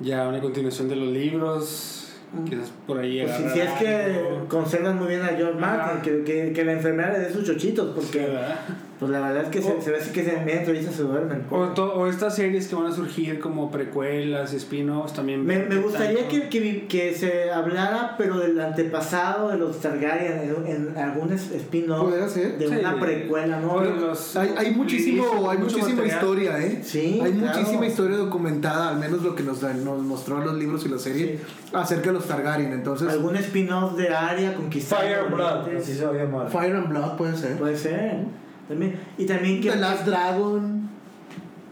S3: ya una continuación de los libros. Quizás por ahí.
S5: Pues si,
S3: agarrar
S5: si es que
S3: algo.
S5: conservan muy bien a George Martin,
S3: Ah.
S5: que, que, que la enfermera le dé sus chochitos,
S3: Sí,
S5: porque
S3: ¿verdad?
S5: pues la verdad es que se,
S3: O-
S5: se ve así que se medio entrevista se duermen.
S3: O, to- o estas series que van a surgir como precuelas, spin-offs también.
S5: Me, me gustaría
S3: tanto.
S5: que, que, vi- que se hablara, pero del antepasado de los Targaryen en, en algún es- spin-off
S4: Podría ser.
S5: de
S3: Sí.
S5: una precuela, ¿no?
S3: O de los-
S4: Hay, hay muchísimo, hay
S3: mucho
S4: muchísima
S3: material.
S4: historia, ¿eh?
S5: Sí,
S4: Hay
S5: claro.
S4: muchísima historia documentada, al menos lo que nos, dan- nos mostró los libros y la serie, acerca de los Targaryen. Entonces,
S5: Algún spin-off de Arya conquistada.
S2: Fire and Blood. Así se va a llamar.
S4: Fire and Blood puede ser.
S5: Puede ser. También, y también que
S4: The Last Dragon.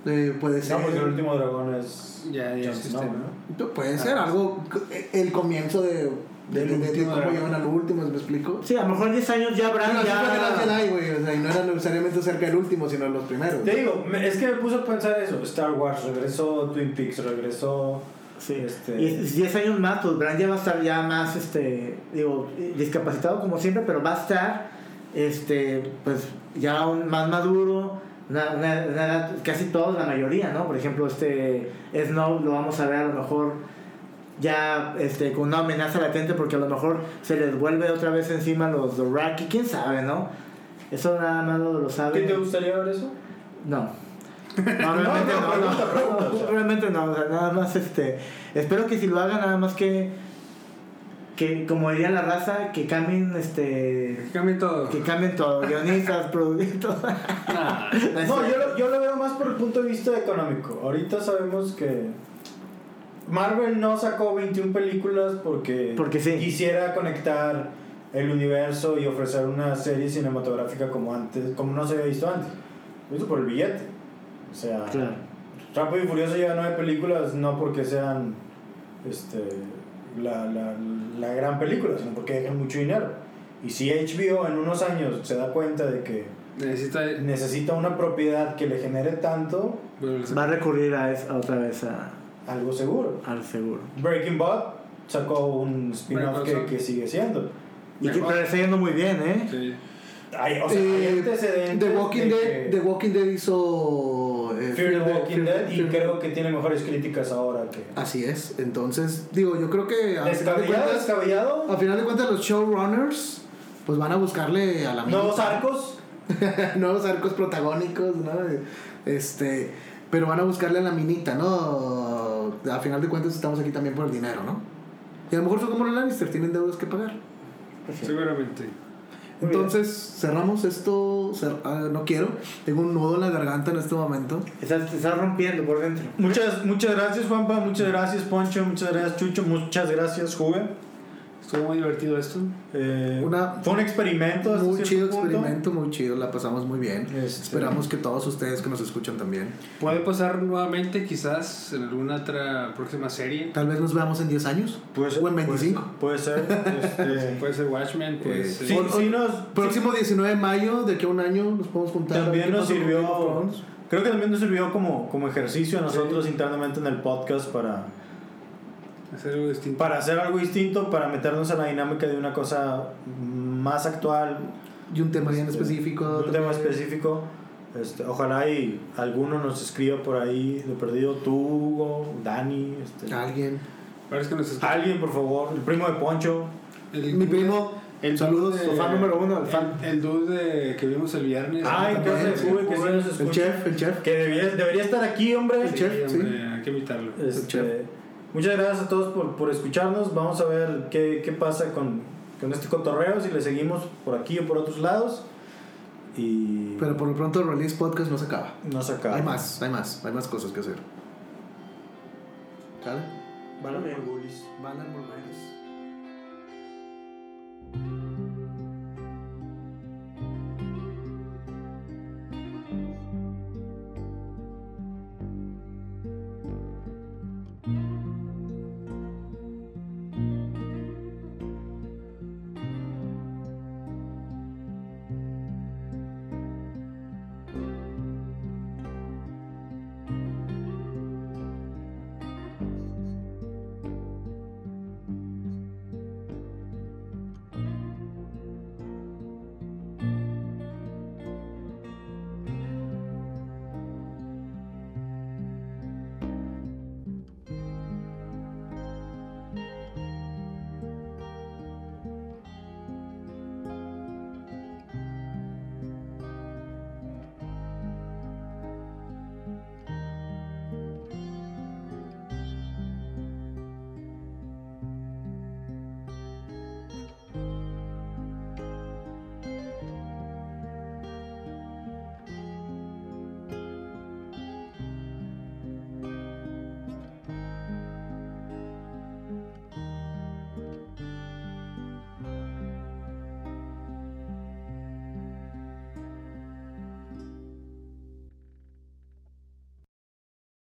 S4: eh, puede ser.
S2: No, porque el último dragón es.
S3: Ya, ya este,
S2: Jon
S3: existe,
S2: Snow,
S3: ¿no?
S2: ¿no?
S5: Ah,
S4: Puede ser
S5: pues.
S4: algo. eh, El comienzo de. De, de, de cómo llevan al último, ¿me explico?
S5: Sí, a lo mejor en 10 años ya habrán
S4: Bueno, así fue The Last
S5: ya...
S4: Jedi, güey. O sea, y no era necesariamente acerca del último, sino de los primeros.
S2: Te digo, me- es que me puso a pensar eso. Star Wars regresó, Twin Peaks regresó.
S5: Sí.
S2: Este-
S5: Y 10 años más, pues Bran ya va a estar ya más, este, digo, eh, discapacitado como siempre, pero va a estar, este, pues ya aún más maduro, una- una- una edad- casi todos, la mayoría, ¿no? Por ejemplo, este Snow lo vamos a ver a lo mejor ya este, con una amenaza latente porque a lo mejor se les vuelve otra vez encima los Doraki, quién sabe, ¿no? Eso nada más lo, lo
S2: ¿A ti
S5: sabe.
S2: te gustaría ver eso?
S5: No. <laughs> No, realmente no, no,
S2: pregunta, pregunta, o sea.
S5: Realmente no, o sea, nada más este. Espero que si lo hagan, nada más que. Que como diría la raza, que cambien este.
S3: Que cambie todo.
S5: Que cambien <laughs> todo, guionistas, productos.
S3: Nah.
S2: No, yo lo, yo lo veo más por el punto de vista económico. Ahorita sabemos que Marvel no sacó 21 películas porque,
S5: Porque sí.
S2: quisiera conectar el universo y ofrecer una serie cinematográfica como antes, como no se había visto antes. Lo hizo por el billete. O sea,
S5: Claro.
S2: Rápido y Furioso lleva nueve películas no porque sean este, la, la- la gran película, sino porque dejan mucho dinero. Y si HBO en unos años se da cuenta de que
S3: Necesita.
S2: necesita una propiedad que le genere tanto,
S5: Va a recurrir a, es- a otra vez a-
S2: algo seguro.
S5: al seguro.
S2: Breaking Bad sacó un spin-off que,
S3: Breaking Bad.
S2: que sigue siendo.
S5: Y que,
S3: Mejor.
S5: pero le está yendo muy bien, ¿eh?
S3: Sí.
S2: Hay, o sea, hay
S4: Eh,
S2: antecedentes
S4: The Walking
S2: de
S4: Dead,
S2: que-
S4: The Walking Dead hizo eh,
S2: Fear the Walking
S4: Fear-
S2: Dead y
S4: Fear-
S2: creo que tiene mejores críticas ahora que...
S4: Así es, entonces, digo, yo creo que a final de
S2: ¿Descabellado?
S4: cuentas,
S2: ¿Descabellado?
S4: a final de cuentas los showrunners pues van a buscarle a la
S2: ¿Nuevos arcos?
S4: <laughs> nuevos arcos protagónicos, ¿no? Este, pero van a buscarle a la minita, ¿no? A final de cuentas estamos aquí también por el dinero, ¿no? Y a lo mejor son como los Lannister, tienen deudas que pagar.
S3: Seguramente.
S2: Muy bien.
S4: Entonces, cerramos esto, cer- ah, no quiero, tengo un nudo en la garganta en este momento.
S5: Estás, te estás rompiendo por dentro.
S2: Muchas, muchas gracias, Juanpa. Muchas gracias, Poncho. Muchas gracias, Chucho. Muchas gracias, Juve.
S3: Estuvo muy divertido esto.
S2: Eh,
S4: Una-
S2: fue un experimento. hasta
S4: Muy
S2: cierto
S4: chido
S2: punto.
S4: experimento, muy chido, la pasamos muy bien.
S2: Este-
S4: Esperamos que todos ustedes que nos escuchan también.
S3: Puede pasar nuevamente, quizás, en alguna otra próxima serie.
S4: Tal vez nos veamos en 10 años.
S2: Puede ser,
S4: o en
S2: puede
S4: 25.
S2: ser, Pues, Puede ser.
S4: <laughs>
S2: este,
S3: Puede ser Watchmen,
S4: Eh,
S3: pues.
S2: sí, sí nos,
S4: Próximo 19 de mayo, de aquí a un año, nos podemos juntar. a ver
S2: También
S4: qué
S2: nos
S4: pasó con Game of
S2: sirvió,
S4: Thrones.
S2: creo que también nos sirvió como, como ejercicio a nosotros internamente en el podcast para,
S3: Hacer algo distinto.
S2: para hacer algo distinto, para meternos a la dinámica de una cosa más actual,
S4: Y un tema bien específico.
S2: de un
S4: también.
S2: tema específico. Este, ojalá y alguno nos escriba por ahí, de perdido tú, Hugo, Dani, este,
S4: Alguien.
S3: Parece que nos escuchan.
S2: alguien por favor, el primo de Poncho.
S3: El-
S4: Mi primo.
S3: el
S4: saludos,
S3: dude de-
S5: fan número uno, el fan.
S3: El, el dude de- que vimos el viernes.
S2: Ay,
S4: también,
S2: Ah, entonces,
S4: sí.
S2: Uy, que sí nos
S4: El
S2: escucha.
S4: chef, el chef.
S2: Que debería, debería estar aquí, hombre.
S4: El
S3: Sí,
S4: chef, sí.
S3: hombre, Hay que invitarlo.
S2: Este,
S4: Chévere.
S2: muchas gracias a todos por, por escucharnos. Vamos a ver qué, qué pasa con, con este cotorreo, si le seguimos por aquí o por otros lados. Y
S4: Pero por lo pronto, el Release Podcast no se acaba.
S2: nos acaba.
S4: Hay más, hay más, hay más cosas que hacer. ¿Sale?
S2: Van a mogoles.
S4: Van a volver.